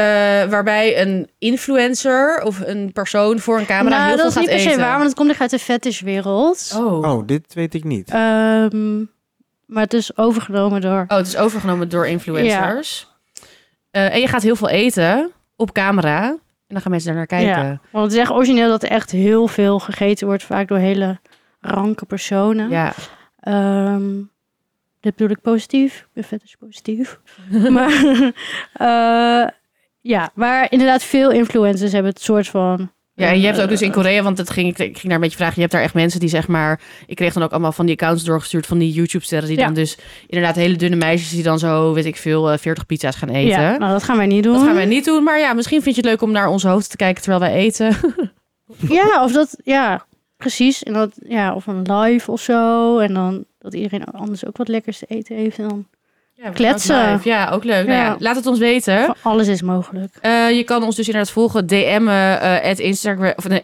B: waarbij een influencer of een persoon voor een camera
A: nou,
B: heel
A: dat
B: veel
A: is
B: gaat
A: niet per se
B: eten.
A: waar, want het komt echt uit de fetishwereld.
B: Oh.
C: Oh, dit weet ik niet.
A: Ehm, maar het is overgenomen door.
B: Oh, het is overgenomen door influencers. Eh, en je gaat heel veel eten op camera. En dan gaan mensen daar naar kijken.
A: Ja. Want het is echt origineel dat er echt heel veel gegeten wordt, vaak door hele ranke personen.
B: Ja.
A: Ehm, dit bedoel ik positief. Ik ben fetish positief. maar eh, ja, maar inderdaad, veel influencers hebben het soort van.
B: Ja, en je hebt ook dus in Korea, want dat ging, ik ik ging daar een beetje vragen. Je hebt daar echt mensen die zeg maar... Ik kreeg dan ook allemaal van die accounts doorgestuurd van die YouTube-sterren. Die
A: Ja.
B: dan dus inderdaad hele dunne meisjes die dan zo, weet ik veel, eh, 40 pizza's gaan eten.
A: Ja, nou, dat gaan wij niet doen.
B: Dat gaan wij niet doen. Maar ja, misschien vind je het leuk om naar onze hoofd te kijken terwijl wij eten.
A: Ja, of dat, ja, precies. En dat, ja, of een live of zo. En dan dat iedereen anders ook wat lekkers te eten heeft. En dan
B: Ja,
A: Kletsen.
B: live. Ja, ook leuk. Nou ja,
A: Ja.
B: laat het ons weten.
A: van alles is mogelijk.
B: Eh, je kan ons dus inderdaad volgen. DM'en eh, at Instagram. Of nee,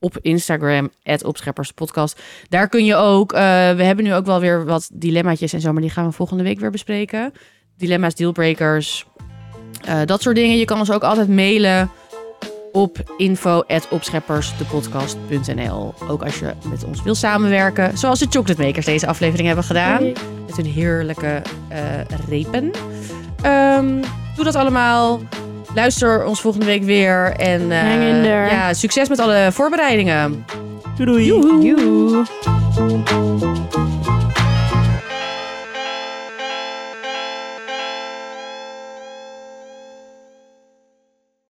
B: op Instagram, at Opschepperspodcast. Daar kun je ook... eh, we hebben nu ook wel weer wat dilemmaatjes en zo... maar die gaan we volgende week weer bespreken. Dilemma's, dealbreakers, eh, dat soort dingen. Je kan ons ook altijd mailen op info at opscheppersdepodcast.nl. Ook als je met ons wil samenwerken. Zoals de Chocolate Makers deze aflevering hebben gedaan. Met hun heerlijke eh, repen. Ehm, doe dat allemaal. Luister ons volgende week weer. En eh,
A: Hang in there.
B: ja, succes met alle voorbereidingen.
C: Doei doei.
A: Joehoe.